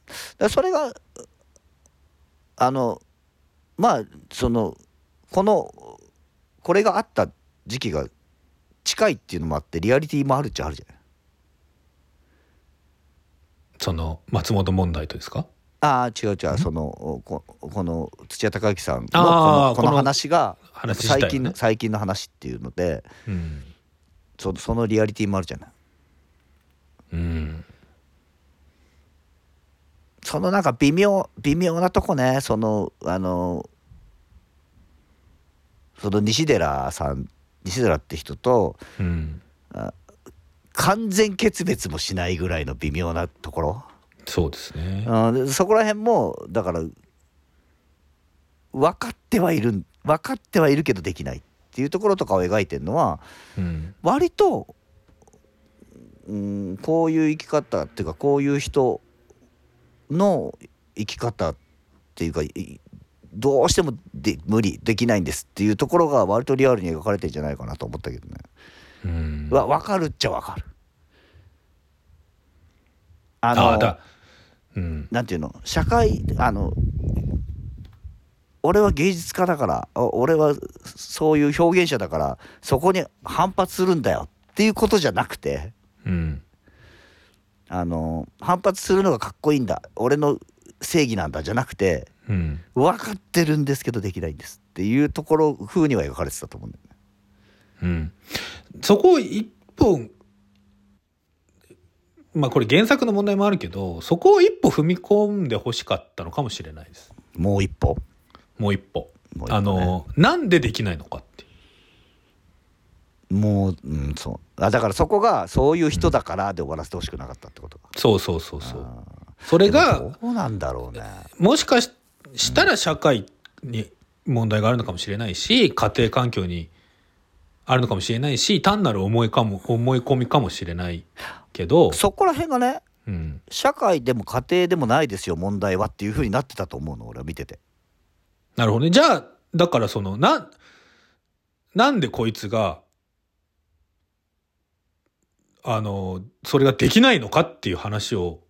S3: だからそれがうあのまあそのこのこれがあった時期が近いっていうのもあってリアリティもあるっちゃあるじゃない
S1: その松本問題とですか。
S3: ああ違う違うそのここの土屋隆之さんのこ
S1: あ
S3: の
S1: ー
S3: こ
S1: こ
S3: の
S1: の
S3: 話が
S1: 話自体
S3: 最
S1: ね
S3: 近の最近の話っていうので
S1: うん。
S3: そそのリアリティもあるじゃない
S1: うん。
S3: そのなんか微妙微妙なとこねそのあのその西寺さん西寺って人と
S1: うん。
S3: 完全決別もしないぐらいの微妙なところ、
S1: そうですね。
S3: うん、そこら辺もだから分かってはいるん分かってはいるけどできないっていうところとかを描いてるのは
S1: うん。
S3: 割と、うん、こういう生き方っていうかこういう人の生き方っていうかいどうしてもで無理できないんですっていうところが割とリアルに描かれてんじゃないかなと思ったけどね。
S1: うん。
S3: わ分かるっちゃ分かる。あの
S1: ああだ。うん。
S3: なんていうの社会あの俺は芸術家だからお俺はそういう表現者だからそこに反発するんだよっていうことじゃなくて
S1: うん。
S3: あの反発するのがかっこいいんだ俺の正義なんだじゃなくて
S1: うん。
S3: 分かってるんですけどできないんですっていうところ風には描かれてたと思うんだよね。
S1: うん。そこを一本。まあこれ原作の問題もあるけど、そこを一歩踏み込んで欲しかったのかもしれないです。
S3: もう一歩
S1: もう一歩。
S3: もう一歩ね
S1: あの、なんでできないのかっていう。
S3: もう、うん、そうあだからそこがそういう人だからで終わらせてほしくなかったってことか。
S1: そうそうそうそう。
S3: あー
S1: それが
S3: どうなんだろうね。
S1: もしかししたら社会に問題があるのかもしれないし家庭環境にあるのかもしれないし単なる思いかも思い込みかもしれないけど、
S3: そこら辺がね
S1: うん、
S3: 社会でも家庭でもないですよ問題はっていうふうになってたと思うの俺は見てて。
S1: なるほどねじゃあだからそのななんでこいつがあのそれができないのかっていう話を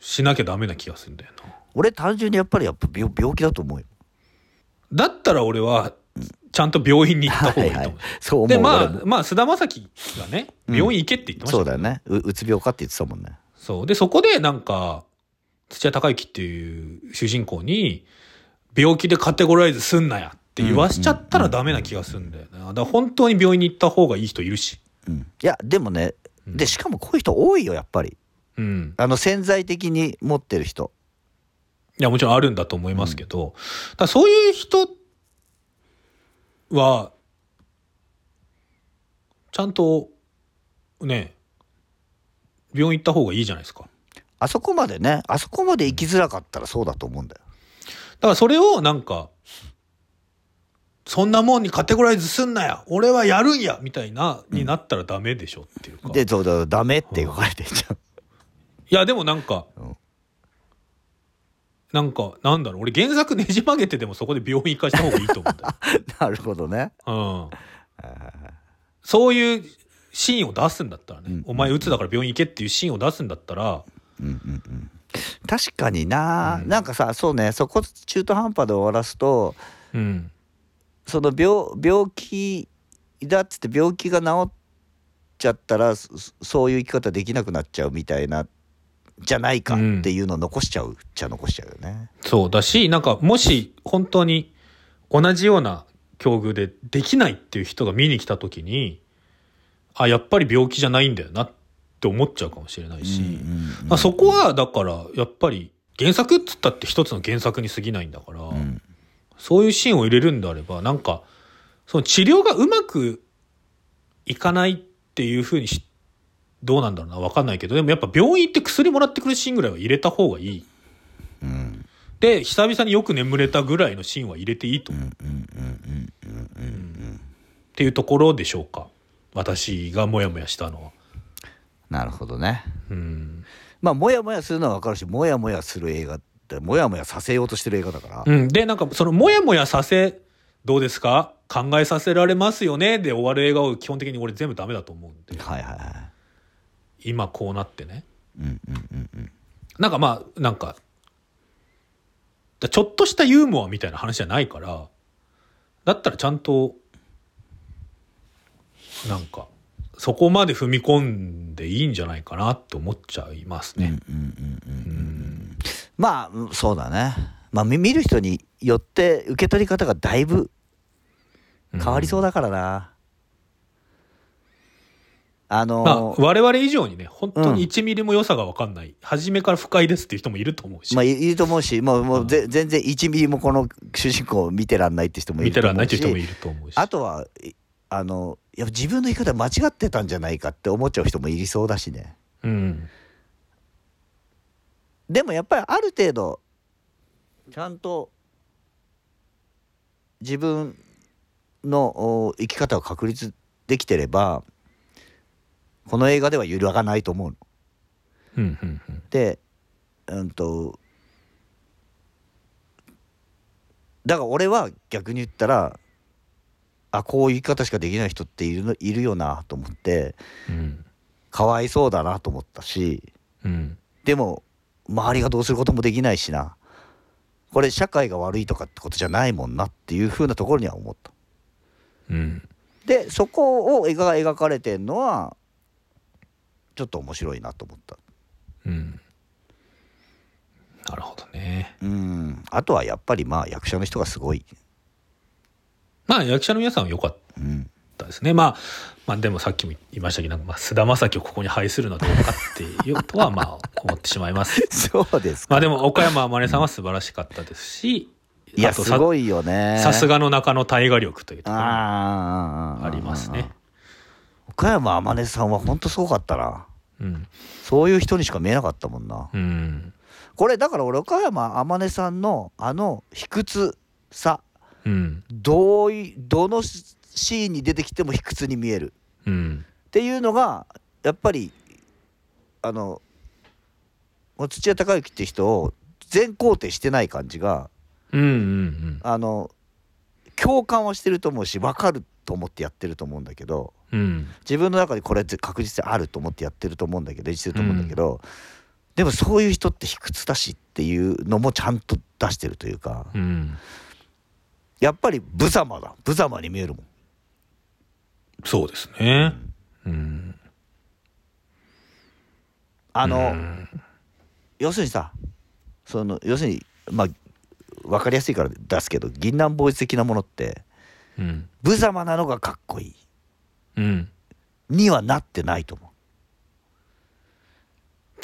S1: しなきゃダメな気がするんだよな。
S3: 俺単純にやっぱりやっぱ病病気だと思うよ。
S1: だったら俺はちゃんと病院に行った方がいいと思う。
S3: はいはいそう思う
S1: でま
S3: 俺
S1: あ
S3: も
S1: まあ菅田将暉がね
S3: うん
S1: 病院行けって言ってました、
S3: そうだよねううつ病かって言ってたもんね。
S1: そうでそこでなんか土屋隆之っていう主人公に病気でカテゴライズすんなやって言わしちゃったらダメな気がするんだよな、だから本当に病院に行った方がいい人いるし
S3: うん、いやでもねでしかもこういう人多いよやっぱり
S1: うん
S3: あの潜在的に持ってる人。
S1: いやもちろんあるんだと思いますけど、だからそういう人はちゃんとね病院行った方がいいじゃないですか
S3: あそこまでねあそこまで生きづらかったらそうだと思うんだよ。
S1: からそれをなんか、そんなもんにカテゴライズすんなや俺はやるんやみたいな、になったらダメでしょっていうか。
S3: でそうだダメって書かれてんじゃん
S1: いやでもなんか、
S3: うん
S1: なんかなんだろう俺原作ねじ曲げてでもそこで病院行かした方がいいと思うんだ よ
S3: なるほどね
S1: うん、そういうシーンを出すんだったらね、
S3: うん
S1: お前鬱だから病院行けっていうシーンを出すんだったら、
S3: うんうんうん確かにな、
S1: うん
S3: なんかさそうねそこ中途半端で終わらすと
S1: うん、
S3: その病病気だっつって病気が治っちゃったらそそういう生き方できなくなっちゃうみたいなじゃないかっていうのを残しちゃうっちゃ残しちゃうよね。
S1: そうだしなんかもし本当に同じような境遇でできないっていう人が見に来た時にあやっぱり病気じゃないんだよなって思っちゃうかもしれないし、まあ、そこはだからやっぱり原作っつったって一つの原作に過ぎないんだから、
S3: ん
S1: そういうシーンを入れるんであればなんかその治療がうまくいかないっていうふうにしどうなんだろうな分かんないけどでもやっぱ病院行って薬もらってくるシーンぐらいは入れた方がいい。
S3: うん
S1: で久々によく眠れたぐらいのシーンは入れていいと思う、っていうところでしょうか私がモヤモヤしたのは。
S3: なるほどね。
S1: うん
S3: まあモヤモヤするのは分かるしモヤモヤする映画ってモヤモヤさせようとしてる映画だから、
S1: うん、でなんかそのモヤモヤさせどうですか考えさせられますよねで終わる映画を基本的に俺全部ダメだと思うんで
S3: はいはいは
S1: 今こうなってね
S3: い。うんうんうんうん
S1: なんかまあなんかだちょっとしたユーモアみたいな話じゃないからだったらちゃんとなんかそこまで踏み込んでいいんじゃないかなって思っちゃいますね。
S3: まあうんそうだね、まあ、み見る人によって受け取り方がだいぶ変わりそうだからな、あの
S1: まあ
S3: ー
S1: 我々以上にね本当
S3: う
S1: に1ミリも良さが分かんない、初めから不快ですっていう人もいると思うし、
S3: まあ、いいると思うしもうもうぜ全然1ミリもこの主人公を見てらんないって人もい
S1: 見
S3: ると
S1: て
S3: 思
S1: ら
S3: うんし
S1: ないっていう人もいると思うし。
S3: あとはいあのいや自分の言い方間違ってたんじゃないかって思っちゃう人もいりそうだしね
S1: うん
S3: でもやっぱりある程度ちゃんと自分のお生き方を確立できてればこの映画では揺るがないと思うの。
S1: うんうんうん
S3: でうんとだから俺は逆に言ったらあこういう生き方しかできない人っているのいるよなと思って
S1: うん
S3: かわいそうだなと思ったし。
S1: うん
S3: でも周りがどうすることもできないしなこれ社会が悪いとかってことじゃないもんなっていうふうなところには思った
S1: うん
S3: でそこを絵が描かれてんのはちょっと面白いなと思った
S1: うんなるほどね。
S3: うんあとはやっぱりまあ役者の人がすごい、
S1: まあ役者の皆さんは良かっ
S3: うん、
S1: たですね。まあ、まあでもさっきも言いましたけど、なんかまあ菅田将暉をここに配するのはどうかっていうとはまあ思ってしまいます。
S3: そうですか
S1: まあでも岡山天音さんは素晴らしかったですし、
S3: いや
S1: あと
S3: す
S1: さ
S3: ごいよね
S1: さすがの中野大河力というところも
S3: あー
S1: ありますね。
S3: 岡山天音さんは本当すごかったな
S1: うん。
S3: そういう人にしか見えなかったもんな
S1: うん。
S3: これだから俺岡山天音さんのあの卑屈さ
S1: うん。
S3: どういどのシーンに出てきても卑屈に見える
S1: うん。
S3: っていうのがやっぱりあのこの土屋隆之って人を全肯定してない感じが
S1: うん。うん。
S3: あの共感はしてると思うし分かると思ってやってると思うんだけど
S1: うん。
S3: 自分の中でこれって確実にあると思ってやってると思うんだけど演じてると思うんだけど、でもそういう人って卑屈だしっていうのもちゃんと出してるというか
S1: うん。
S3: やっぱり無様だ無様に見えるもん。
S1: そうですね。うん。
S3: あの、要するにさその要するにまあ分かりやすいから出すけど銀杏ボーイズ的なものって
S1: うん。
S3: 無様なのがかっこいい
S1: うん。
S3: にはなってないと思う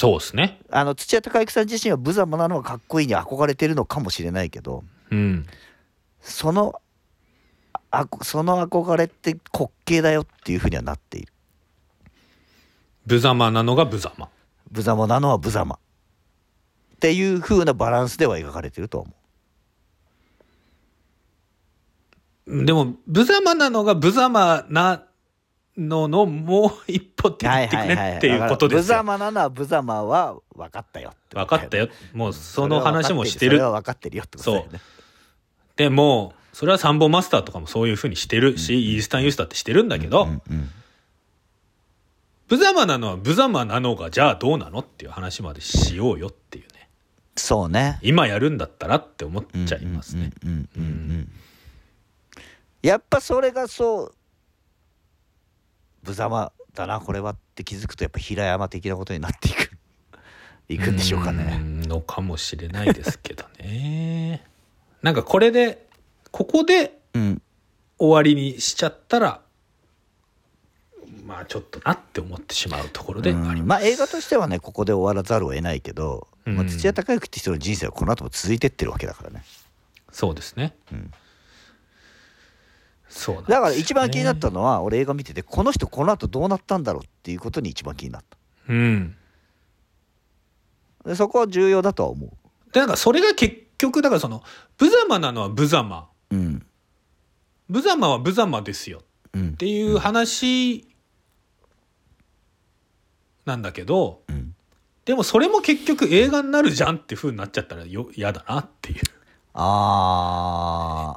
S1: そうですね。
S3: あの土屋隆之さん自身は無様なのがかっこいいに憧れてるのかもしれないけど
S1: うん。
S3: そのあこその憧れって滑稽だよっていうふうにはなっている
S1: 無様なのが無様。
S3: 無様なのは無様っていうふうなバランスでは描かれてるとは思う
S1: でも、無様なのが無様なののもう一歩手
S3: は
S1: や
S3: い
S1: ってく
S3: はい
S1: れ
S3: はい
S1: っていうことです
S3: だ
S1: よ。
S3: から無様なのは無様は分かったよてことだ
S1: 分かったよ。もうその話もして
S3: そ
S1: る
S3: れ。は分かってるよってことだよね
S1: でも、それはサンボマスターとかもそういうふうにしてるし、イースタンユースターってしてるんだけど、
S3: うんうん
S1: 無様なのは無様なのが、じゃあどうなのっていう話までしようよっていうね。
S3: そうね
S1: 今やるんだったらって思っちゃいますね。
S3: うんうんうんうんうんやっぱそれがそう無様だなこれはって気づくとやっぱ平山的なことになってい くいくんでしょうかね
S1: うんのかもしれないですけどね。なんかこれで、ここで
S3: うん
S1: 終わりにしちゃったらまあちょっとなって思ってしまうところであります、
S3: うんまあ映画としてはねここで終わらざるを得ないけど、
S1: うん
S3: まあ、土屋孝之って人の人生はこの後も続いてってるわけだからね
S1: そうですね、
S3: うん
S1: そうなんです
S3: だから一番気になったのは、俺映画見ててこの人この後どうなったんだろうっていうことに一番気になっ
S1: うん
S3: たでそこは重要だとは思
S1: でなんかそれが結局だからその無様なのは無様
S3: ううん
S1: 無様は無様ですよ
S3: うん
S1: っていう話なんだけど、
S3: うん
S1: でもそれも結局映画になるじゃんっていう風になっちゃったらよ嫌だなっていう
S3: あ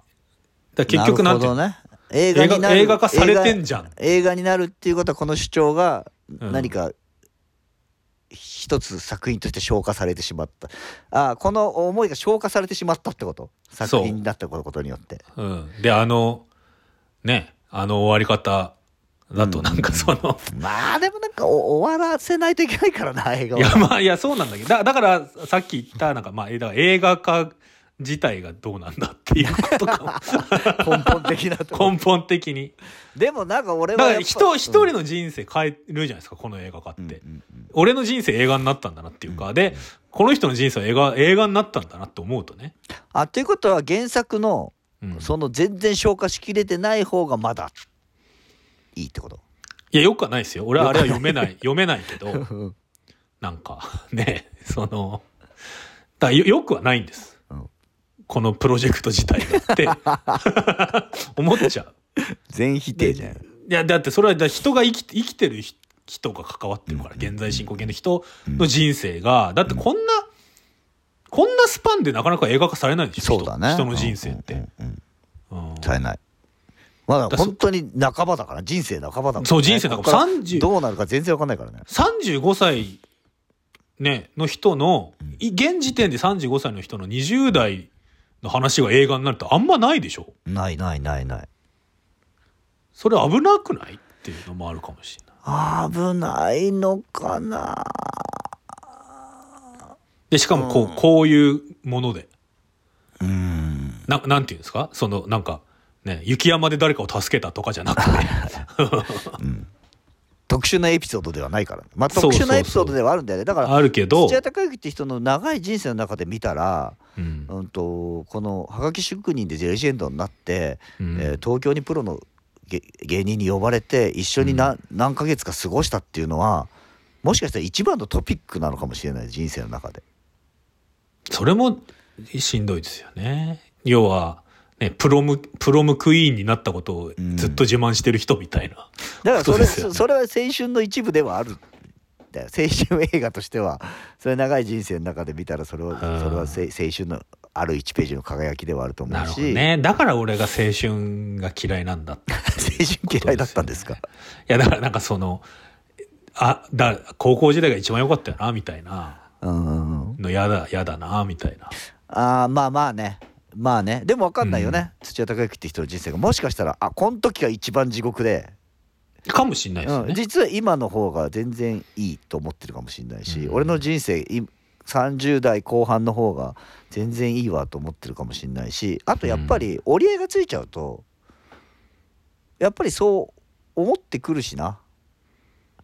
S1: だ
S3: ー
S1: から結局なんて
S3: る
S1: い
S3: ほ
S1: う
S3: ど
S1: の
S3: ね映画
S1: 映
S3: にな
S1: 画
S3: る
S1: 映画化されてんじゃん
S3: 映画映画になるっていうことはこの主張が
S1: ん
S3: 何か一つ作品として消化されてしまった、ああこの思いが消化されてしまったってこと作品になったことによって
S1: うん、であのねあの終わり方だとなんかその、
S3: まあでもなんかお終わらせないといけないからな映画
S1: いや
S3: は
S1: まあいやそうなんだけどだだからさっき言ったなんか、まあ、えだから映画化自体がどうなんだっていうことか
S3: 根本的な とこ
S1: も根本的に
S3: でもなんか俺
S1: だ
S3: は
S1: から
S3: やっぱ
S1: 人一人
S3: うん
S1: の人生変えるじゃないですかこの映画化って、
S3: うんうん
S1: 俺の人生映画になったんだなっていうか、でこの人の人生は映画映画になったんだなって思うとね、
S3: あということは原作の
S1: うん、
S3: その全然消化しきれてない方がまだいいってこと
S1: いやよくはないですよ俺はあれは読めない読めないけ ど
S3: うん
S1: なんか ねそのだからよよくはないんですこのプロジェクト自体がって 思っちゃう。
S3: 全否定じゃん
S1: いやだってそれはだ人が生きて生きてる人人が関わってるから、現在進行形の人の人生がだってこんな、こんなスパンでなかなか映画化されないでしょ
S3: そうだね
S1: 人人の人生って、
S3: うんうん
S1: うん
S3: 足りないまだ
S1: だそ
S3: 本当に半ばだから人生半ばだからね
S1: そう人生半ば
S3: ここから
S1: 30
S3: どうなるか全然わかんないからね
S1: 35歳、ね、の人の、い現時点で35歳の人の20代の話が映画になるとあんまないでしょ
S3: ないないないない
S1: それ危なくないっていうのもあるかもしれない
S3: 危ないのかな
S1: でしかもこうこういうもので
S3: うん
S1: ななんていうんですかそのなんかね雪山で誰かを助けたとかじゃなくて
S3: 特殊なエピソードではないからねまあ
S1: そうそ
S3: 特
S1: うそう
S3: 殊なエピソードで はあるんだよねだから
S1: あるけど
S3: 土、屋孝之って人の長い人生の中で見たら、
S1: うん
S3: うん、とこのはがき職人でレジェンドになって、
S1: うん
S3: えー東京にプロの芸芸人に呼ばれて一緒にな何ヶ月か過ごしたっていうのはもしかしたら一番のトピックなのかもしれない人生の中で。
S1: それもしんどいですよね要はねプロムプロムクイーンになったことをずっと自慢してる人みたいな、
S3: だから
S1: そ
S3: そ
S1: うで
S3: れ
S1: すよね
S3: それは青春の一部ではあるんだよ青春映画としてはそれ長い人生の中で見たらそれは
S1: うん
S3: それはせ青春のある1ページの輝きではあると思
S1: な
S3: う
S1: るほ
S3: し、
S1: どねだから俺が青春が嫌いなんだ って
S3: 青春嫌いだったんですか。
S1: いやだからなんかそのあだ高校時代が一番良かったよなみたいな
S3: うんうんうん
S1: のやだやだなみたいな
S3: あーまあまあねまあねでも分かんないよね、土屋孝之って人の人生がもしかしたらあこの時が一番地獄で、
S1: かもしれないですよ
S3: うん、
S1: ね、
S3: 実は今の方が全然いいと思ってるかもしれないし、
S1: うん
S3: 俺の人生い30代後半の方が全然いいわと思ってるかもしれないしあとやっぱり折り合いがついちゃうとやっぱりそう思ってくるしな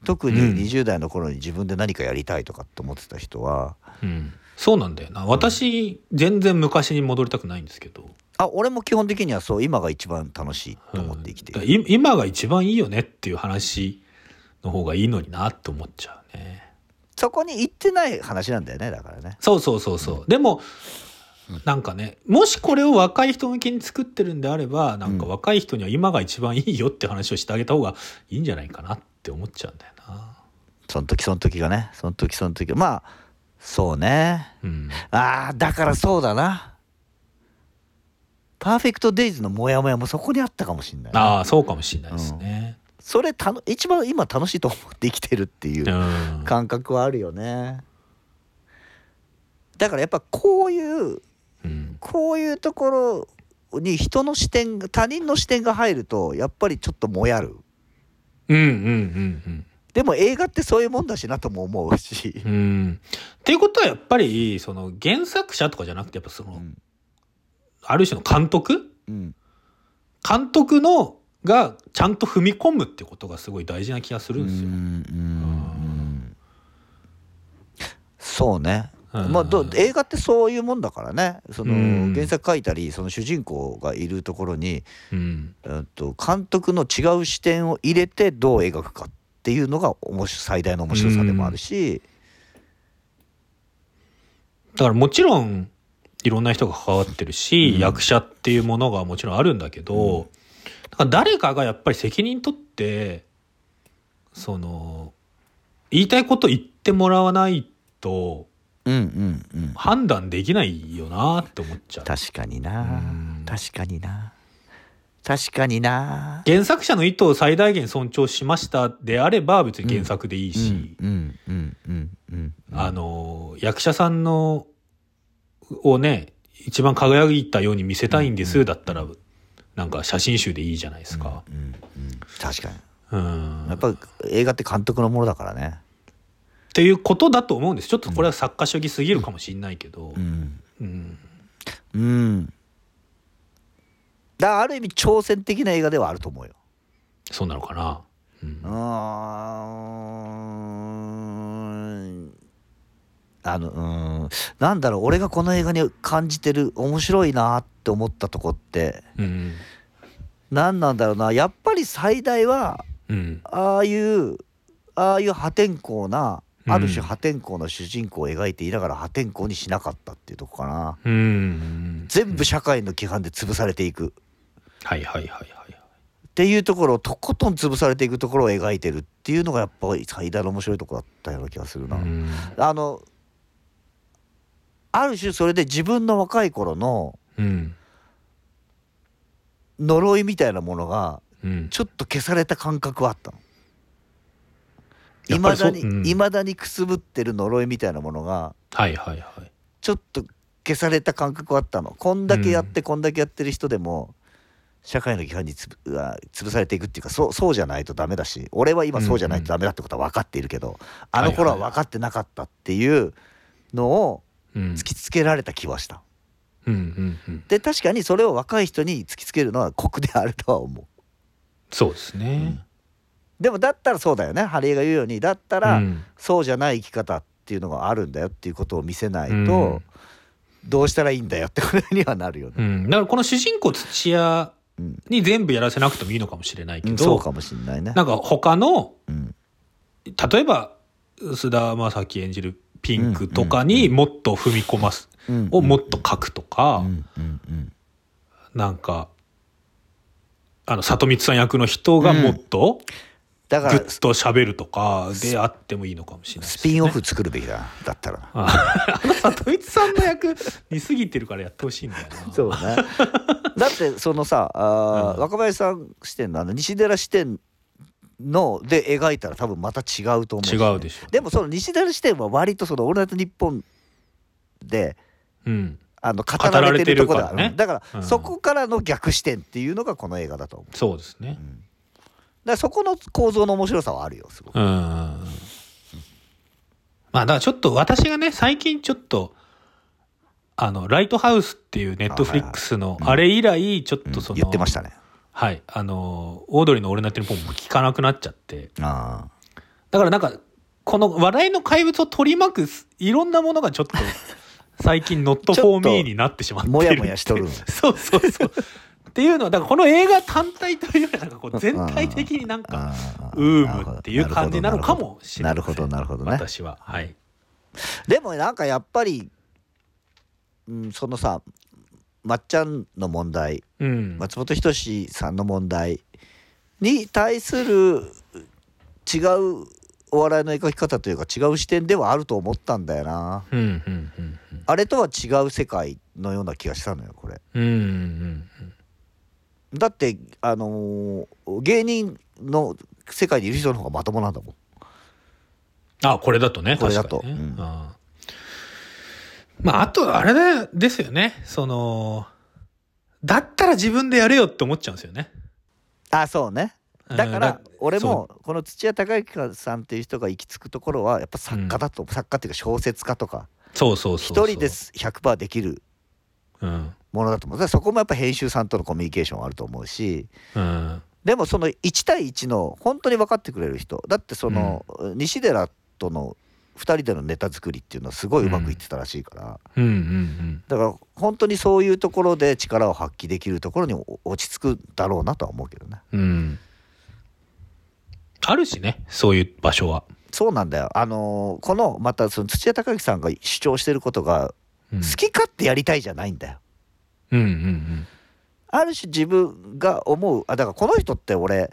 S3: 特に
S1: うん
S3: 20代の頃に自分で何かやりたいとかって思ってた人は、
S1: うん、そうなんだよな私全然昔に戻りたくないんですけど、
S3: あ俺も基本的にはそう今が一番楽しいと思って生きている
S1: うんだからい今が一番いいよねっていう話の方がいいのになって思っちゃうね
S3: そこに行ってない話なんだよねだからね
S1: そうそうそうそうでもなんかねもしこれを若い人向けに作ってるんであればなんか若い人には今が一番いいよって話をしてあげた方がいいんじゃないかなって思っちゃうんだよな。
S3: その時その時がねその時その時まあそうね
S1: うん、
S3: あーだからそうだなパーフェクトデイズのモヤモヤもそこにあったかもしれないな
S1: ああそうかもしれないですね。
S3: それたの一番今楽しいと思って生きてるっていううん感覚はあるよねだからやっぱこういう
S1: うん
S3: こういうところに人の視点が他人の視点が入るとやっぱりちょっともやる
S1: うんうんうん
S3: でも映画ってそういうもんだしなとも思うし
S1: うん。うんっていうことはやっぱりその原作者とかじゃなくてやっぱその、
S3: うん
S1: ある種の監督
S3: うん
S1: 監督のがちゃんと踏み込むってことがすごい大事な気がするんですよ。
S3: うんうんそうね、
S1: うん
S3: まあ、ど映画ってそういうもんだからねそ
S1: うん
S3: の原作書いたりその主人公がいるところに、
S1: うん
S3: うん、と監督の違う視点を入れてどう描くかっていうのが面白最大の面白さでもあるし、
S1: だからもちろんいろんな人が関わってるし、役者っていうものがもちろんあるんだけど、だから誰かがやっぱり責任取ってその言いたいこと言ってもらわないと
S3: うん、うんうん
S1: 判断できないよなって思っちゃう。
S3: 確かに
S1: う
S3: なん確かにな確かにな
S1: 原作者の意図を最大限尊重しましたであれば別に原作でいいし、
S3: うんうんうんうんうん
S1: あの役者さんのをね一番輝いたように見せたいんですだったらなんか写真集でいいじゃないですか。
S3: うんうん確かに
S1: うん
S3: やっぱ映画って監督のものだからね
S1: っていうことだと思うんですちょっとこれは作家主義すぎるかもしれないけど、
S3: うん
S1: うん
S3: うんだからある意味挑戦的な映画ではあると思うよ
S1: そうなのかな。うん
S3: うーんあのうーんなんだろう俺がこの映画に感じてる面白いなって思ったとこって
S1: うん
S3: 何なんだろうなやっぱり最大は
S1: うん
S3: ああいうああいう破天荒な
S1: うん
S3: ある種破天荒な主人公を描いていながら破天荒にしなかったっていうとこかな
S1: うん
S3: 全部社会の規範で潰されていく
S1: はいはいはいはい。
S3: っていうところをとことん潰されていくところを描いてるっていうのがやっぱり最大の面白いところだったような気がするな、
S1: うん
S3: あのある種それで自分の若い頃の
S1: うん
S3: 呪いみたいなものが
S1: うん
S3: ちょっと消された感覚はあったの。
S1: や
S3: い
S1: っぱ
S3: ま
S1: りそ
S3: だ
S1: う
S3: に、
S1: うん
S3: いまだにくすぶってる呪いみたいなものが
S1: はいはいはい。
S3: ちょっと消された感覚はあったのこんだけやってこんだけやってる人でも、社会の規範につぶあ潰されていくっていうかそうそうじゃないとダメだし俺は今そうじゃないとダメだってことは分かっているけど、あの頃は分かってなかったっていうのを
S1: うん
S3: 突きつけられた気はした。
S1: うんうんうん
S3: で確かにそれを若い人に突きつけるのは酷であるとは思う。
S1: そうですね。
S3: でもだったらそうだよねハリーが言うようにだったら、
S1: うん
S3: そうじゃない生き方っていうのがあるんだよっていうことを見せないと、
S1: うん
S3: どうしたらいいんだよってことにはなるよね。
S1: うん、だからこの主人公土屋に全部やらせなくてもいいのかもしれないけ
S3: うん
S1: ど、
S3: そうかもしんないね。
S1: なんか他の
S3: うん
S1: 例えば菅田将暉演じるピンクとかにもっと踏み込ます、
S3: うん
S1: をもっと書くとか、
S3: うんうんうん
S1: なんかあの里光さん役の人がもっと
S3: だ
S1: グ
S3: から
S1: ッと喋るとかであってもいいのかもしれない
S3: ス
S1: ですね、
S3: ピンオフ作るべきだなだったら。
S1: あの里光さんの 役に過ぎてるからやってほしいんだよな。
S3: そうねだってそのさあー、
S1: うん
S3: 若林さん視点のあの西寺視点ので描いたら多分また違うと思うし
S1: 違うでしょ
S3: でもその西寺視点は割とその「オールナイトニッポン」で
S1: うん、
S3: あの語られてるところだ
S1: 語られてるからね
S3: だから、
S1: うん
S3: そこからの逆視点っていうのがこの映画だと思うだ
S1: そうですね。
S3: からそこの構造の面白さはあるよすごく
S1: うん。まあだからちょっと私がね、最近ちょっと、あの、ライトハウスっていうネットフリックスの、あれ以来、ちょっとその、
S3: 言ってましたね
S1: はい。あの、オードリーの俺のやってるポンも聞かなくなっちゃって。
S3: あ
S1: だからなんか、この笑いの怪物を取り巻くす、いろんなものが ちょっと、最近ノット
S3: ち
S1: フ
S3: ょ
S1: ォ
S3: っ
S1: ー
S3: と
S1: ミーになってしまっ
S3: あ
S1: てる。
S3: もやもやしとるの
S1: そうそうそう。っていうのは、だからこの映画単体というよりは、なんかこう、全体的になんか、
S3: ああ
S1: ウームっていう感じなのかもしれない。
S3: なるほどなるほどね
S1: 私は。はい。
S3: でもなんかやっぱりうん、そのさまっちゃんの問題
S1: うん
S3: 松本人志さんの問題に対する違うお笑いの描き方というか違う視点ではあると思ったんだよな
S1: うんうんうん
S3: あれとは違う世界のような気がしたのよこれ
S1: うんうんうん
S3: だってあのー芸人の世界にいる人の方がまともなんだもん
S1: あこれだとね
S3: これ
S1: 確
S3: だ
S1: か
S3: と
S1: にね、
S3: うん
S1: あまああとあれだですよねそのだったら自分でやれよって思っちゃうんですよね
S3: あそうね
S1: うん
S3: だから俺
S1: そ
S3: もこの土屋隆之さんっていう人が行き着くところはやっぱ作家だと、作家っていうか小説家とか
S1: そうそうそう
S3: 一
S1: そう
S3: 人で、す100%できる
S1: うん
S3: ものだと思うだからそこもやっぱ編集さんとのコミュニケーションはあると思うし
S1: うん、
S3: でもその1対1の本当に分かってくれる人だってその、西寺との2人でのネタ作りっていうのはすごいうまくいってたらしいから、
S1: うんうん
S3: だから本当にそういうところで力を発揮できるところにお落ち着くだろうなとは思うけどね
S1: うんうんあるしねそういう場所は、
S3: そうなんだよあのーこのまたその土屋隆之さんが主張してることが
S1: うん、
S3: 好き勝手やりたいじゃないんだよ。
S1: うんうんうん
S3: ある種自分が思うあだからこの人って俺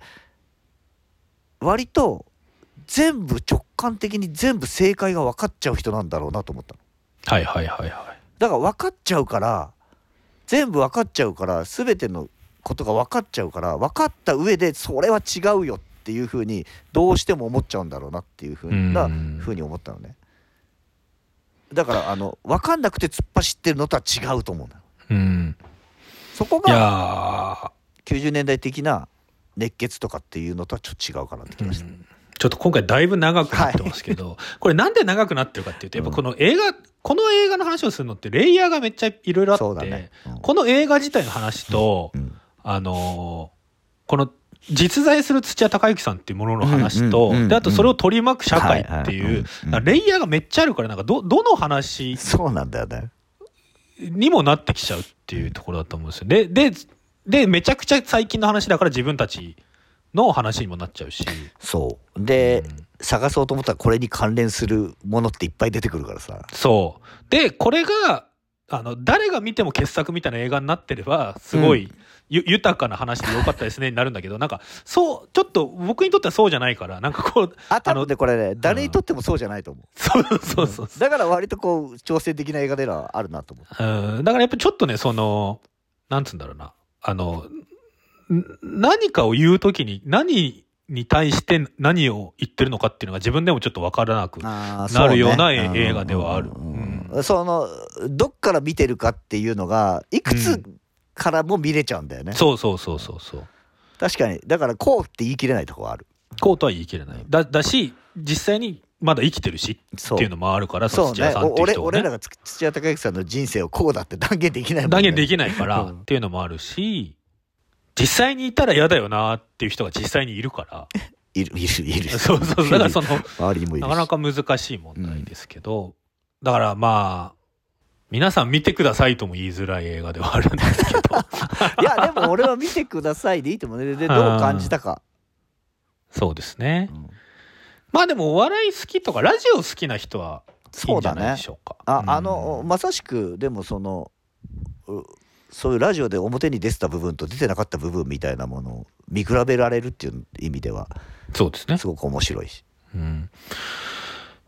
S3: 割と全部直感的に全部正解が分かっちゃう人なんだろうなと思ったの
S1: はいはいはいは
S3: だから分かっちゃうから全部分かっちゃうから全てのことが分かっちゃうから分かった上でそれは違うよっていうふうにどうしても思っちゃうんだろうなっていうふうな
S1: うん
S3: ふうに思ったのねだからあの分かんなくて突っ走ってるのとは違うと思うのよ
S1: いうん
S3: そこ
S1: い
S3: が
S1: や
S3: 90年代的な熱血とかっていうのとはちょっと違うかなって気
S1: ー、う
S3: がした、
S1: んちょっと今回だいぶ長くなってますけど、 これなんで長くなってるかっていうとやっぱこの映画、この映画の話をするのってレイヤーがめっちゃいろいろあ
S3: そう
S1: っ
S3: だ
S1: て、
S3: ね、うん
S1: この映画自体の話と、
S3: うん
S1: あのーこの実在する土屋隆之さんっていうものの話と、
S3: うんうんうん
S1: であとそれを取り巻く社会って
S3: はいはい
S1: いううん
S3: うん
S1: だからレイヤーがめっちゃあるからなんかどどの話
S3: そうなんだよね
S1: にもなってきちゃうっていうところだと思うんですよ。でででめちゃくちゃ最近の話だから自分たちの話にもなっちゃうし。
S3: そうで、
S1: うん
S3: 探そうと思ったらこれに関連するものっていっぱい出てくるからさ
S1: そう。で、これが、あの、誰が見ても傑作みたいな映画になってれば、すごい、ゆ豊かな話でよかったですね、になるんだけど、なんか、そう、ちょっと僕にとってはそうじゃないから、なんかこう、
S3: あ
S1: あ
S3: 多
S1: の
S3: 分ねこれね誰にとってもそうじゃないと思う、
S1: そうそうそうそ
S3: だから割とこう挑戦的な映画ではあるなと思う
S1: う。うん、だからやっぱちょっとね、その、なんつうんだろうな、あの、ん何かを言うときに、何に対して何を言ってるのかっていうのが自分でもちょっとわからなく。
S3: あー
S1: なるような
S3: そう
S1: え映画ではある
S3: うんうんうん
S1: うん
S3: そのどっから見てるかっていうのがいく
S1: う
S3: つからも見れちゃうんだよね、
S1: そうそうそうそうそう。
S3: 確かにだからこうって言い切れないとこはある
S1: こうとは言い切れない。だ、だし、実際にまだ生きてるし
S3: そ
S1: っ
S3: う
S1: ていうのもあるから、
S3: そう
S1: 土屋
S3: ね
S1: さんっ
S3: お
S1: ていう
S3: 俺
S1: 人はね
S3: 俺らがつ土屋隆之さんの人生をこうだって断言できないもん、ね、
S1: 断言でき
S3: い
S1: ないから
S3: うん
S1: っていうのもあるし、実際にいたら嫌だよなっていう人が実際にいるから、
S3: いるいるいる
S1: そうそうそう、だからその、
S3: 周りにもい
S1: な
S3: るし
S1: かなか難しい問題ですけど、だからまあ、皆さん見てくださいとも言いづらい映画ではあるん ですけど、
S3: いやでも俺は見てくださいでいいと思うねでどう感じたか、
S1: そうですね
S3: う。ん
S1: まあでもお笑い好きとか、ラジオ好きな人は、いい
S3: そ
S1: ん
S3: う
S1: じゃ
S3: だ
S1: ない
S3: ね
S1: でしょうか。
S3: あ
S1: うん
S3: あの、まさしくでもそのうそういうラジオで表に出てた部分と出てなかった部分みたいなものを見比べられるっていう意味では
S1: そうですね。
S3: すごく面白いし、
S1: うん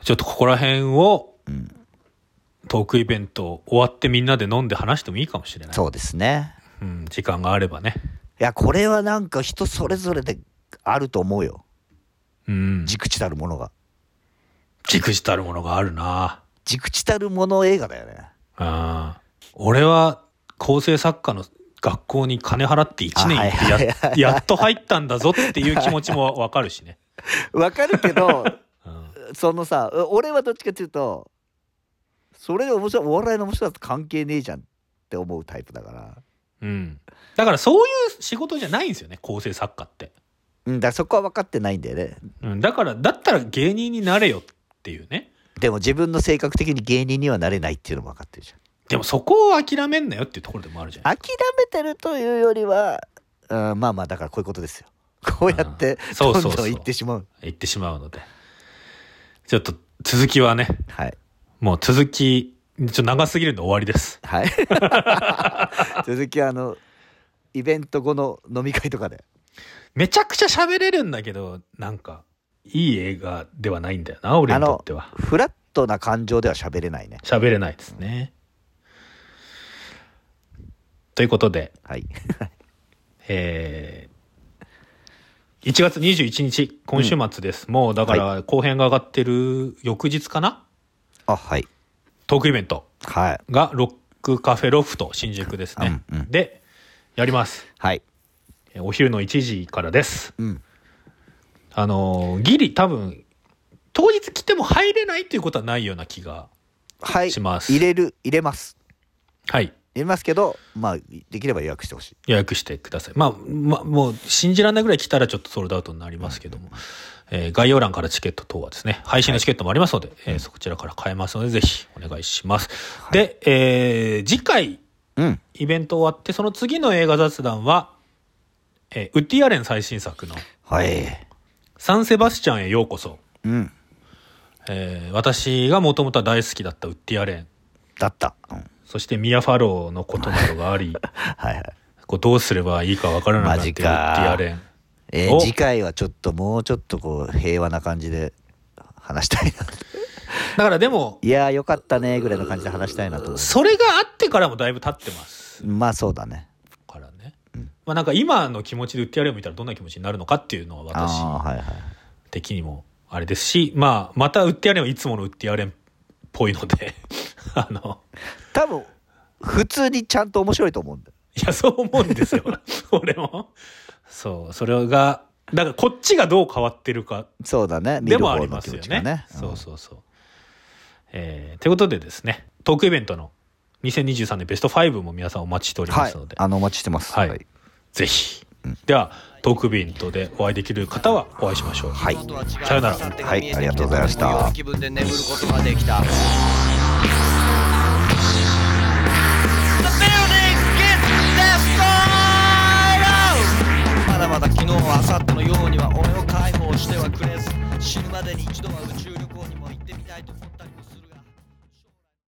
S1: ちょっとここら辺を
S3: うん、
S1: トークイベント終わってみんなで飲んで話してもいいかもしれない。
S3: そうですね
S1: うん、時間があればね。
S3: いやこれはなんか人それぞれであると思うよ
S1: うん。
S3: 軸地たるものが
S1: 軸したるものがあるな
S3: 軸地たるもの映画だよね
S1: うん。俺は構成作家の学校に金払って1年行ってや,、
S3: あはいはいはい
S1: やっと入ったんだぞっていう気持ちもわかるしね。
S3: わかるけ ど
S1: うん。
S3: そのさう俺はどっちかっていうとそれ面白いお笑いの面白さと関係ねえじゃんって思うタイプだから
S1: うん。だからそういう仕事じゃないんですよね、構成作家って。
S3: うんだからそこは分かってないんだよね
S1: うん。だから、だったら芸人になれよっていうね。
S3: でも自分の性格的に芸人にはなれないっていうのも分かってるじゃん
S1: でもそこを諦めんなよっていうところでもあるじゃん。
S3: 諦めてるというよりは、うん、まあまあだからこういうことですよこうやって
S1: うんそ
S3: ど
S1: うんそ
S3: ど
S1: うそうん
S3: いってしまう
S1: 言ってしまうので。ちょっと続きはね、
S3: はい
S1: もう続きちょっと長すぎるんで終わりです。
S3: は い続きはあのイベント後の飲み会とかで
S1: めちゃくちゃ喋れるんだけど、なんか、いい映画ではないんだよな、俺
S3: あ
S1: にとっ
S3: の
S1: ては。
S3: フラットな感情では喋れないね
S1: 喋れないですね。ということで、
S3: はい
S1: えー、1月21日、今週末です。もうだから後編が上がってる翌日かな
S3: あはい
S1: トークイベント
S3: はい
S1: がロックカフェロフト新宿ですね。
S3: うんうん
S1: で、やります。
S3: はい
S1: えーお昼の1時からです。
S3: うん
S1: あのーギリ多分、当日来ても入れないということはないような気が。
S3: はい
S1: します
S3: 入れる入れます
S1: はい。
S3: 入れますけどまあできれば予約してほしい
S1: 予約してください。まあ、まあ、もう信じられないぐらい来たらちょっとソールドアウトになりますけども、えー概要欄からチケット等はですね、配信のチケットもありますので、えーそちらから買えますので、ぜひお願いします。で、えー次回、
S3: うん
S1: イベント終わって、その次の映画雑談は、えーウッディ・アレン最新作の、
S3: はい
S1: サン・セバスチャンへようこそ。
S3: うん
S1: えー私がもともとは大好きだったウッディ・アレン、
S3: だった、うん、
S1: そしてミア・ファローのことなどが あり、
S3: はいはい
S1: こうどうすればいいかわからなくなっているウ
S3: マジか
S1: ッディ・アレン。
S3: えー
S1: お
S3: 次回はちょっともうちょっとこう平和な感じで話したいな
S1: だからでも、
S3: いやーよかったねぐらいの感じで話したいなと思
S1: それがあってからもだいぶ経ってます
S3: うまあそうだね
S1: からね。まあなんか今の気持ちで売ってやれを見たらどんな気持ちになるのかっていうのは私
S3: ああはいはい
S1: 的にもあれですし、まあまた売ってやれはいつもの売ってやれんっぽいので、 あの、
S3: 多分普通にちゃんと面白いと思うんだよ
S1: いやそう思うん ですよ、俺も。そう、それが、だからこっちがどう変わってるか
S3: そうだね見
S1: で
S3: る
S1: もあ
S3: 方
S1: り
S3: の
S1: ま
S3: 気
S1: す
S3: 持
S1: よ
S3: ち
S1: ね。
S3: がね
S1: そ
S3: ん
S1: うそうそう。えー、ということでですね、トークイベントの2023年ベスト5も皆さんお待ちしておりま
S3: はい
S1: すので、
S3: あのお待ちしてます
S1: はいぜひ。では、トークビーントでお会いできる方はお会いしましょう。
S3: はい
S1: さよなら
S3: はいありがとうございました
S2: 気分で眠ることができた The building gets destroyed! まだまだ昨日明後日のようには俺を解放してはくれず死ぬまでに一度は宇宙旅行にも行ってみたいと思って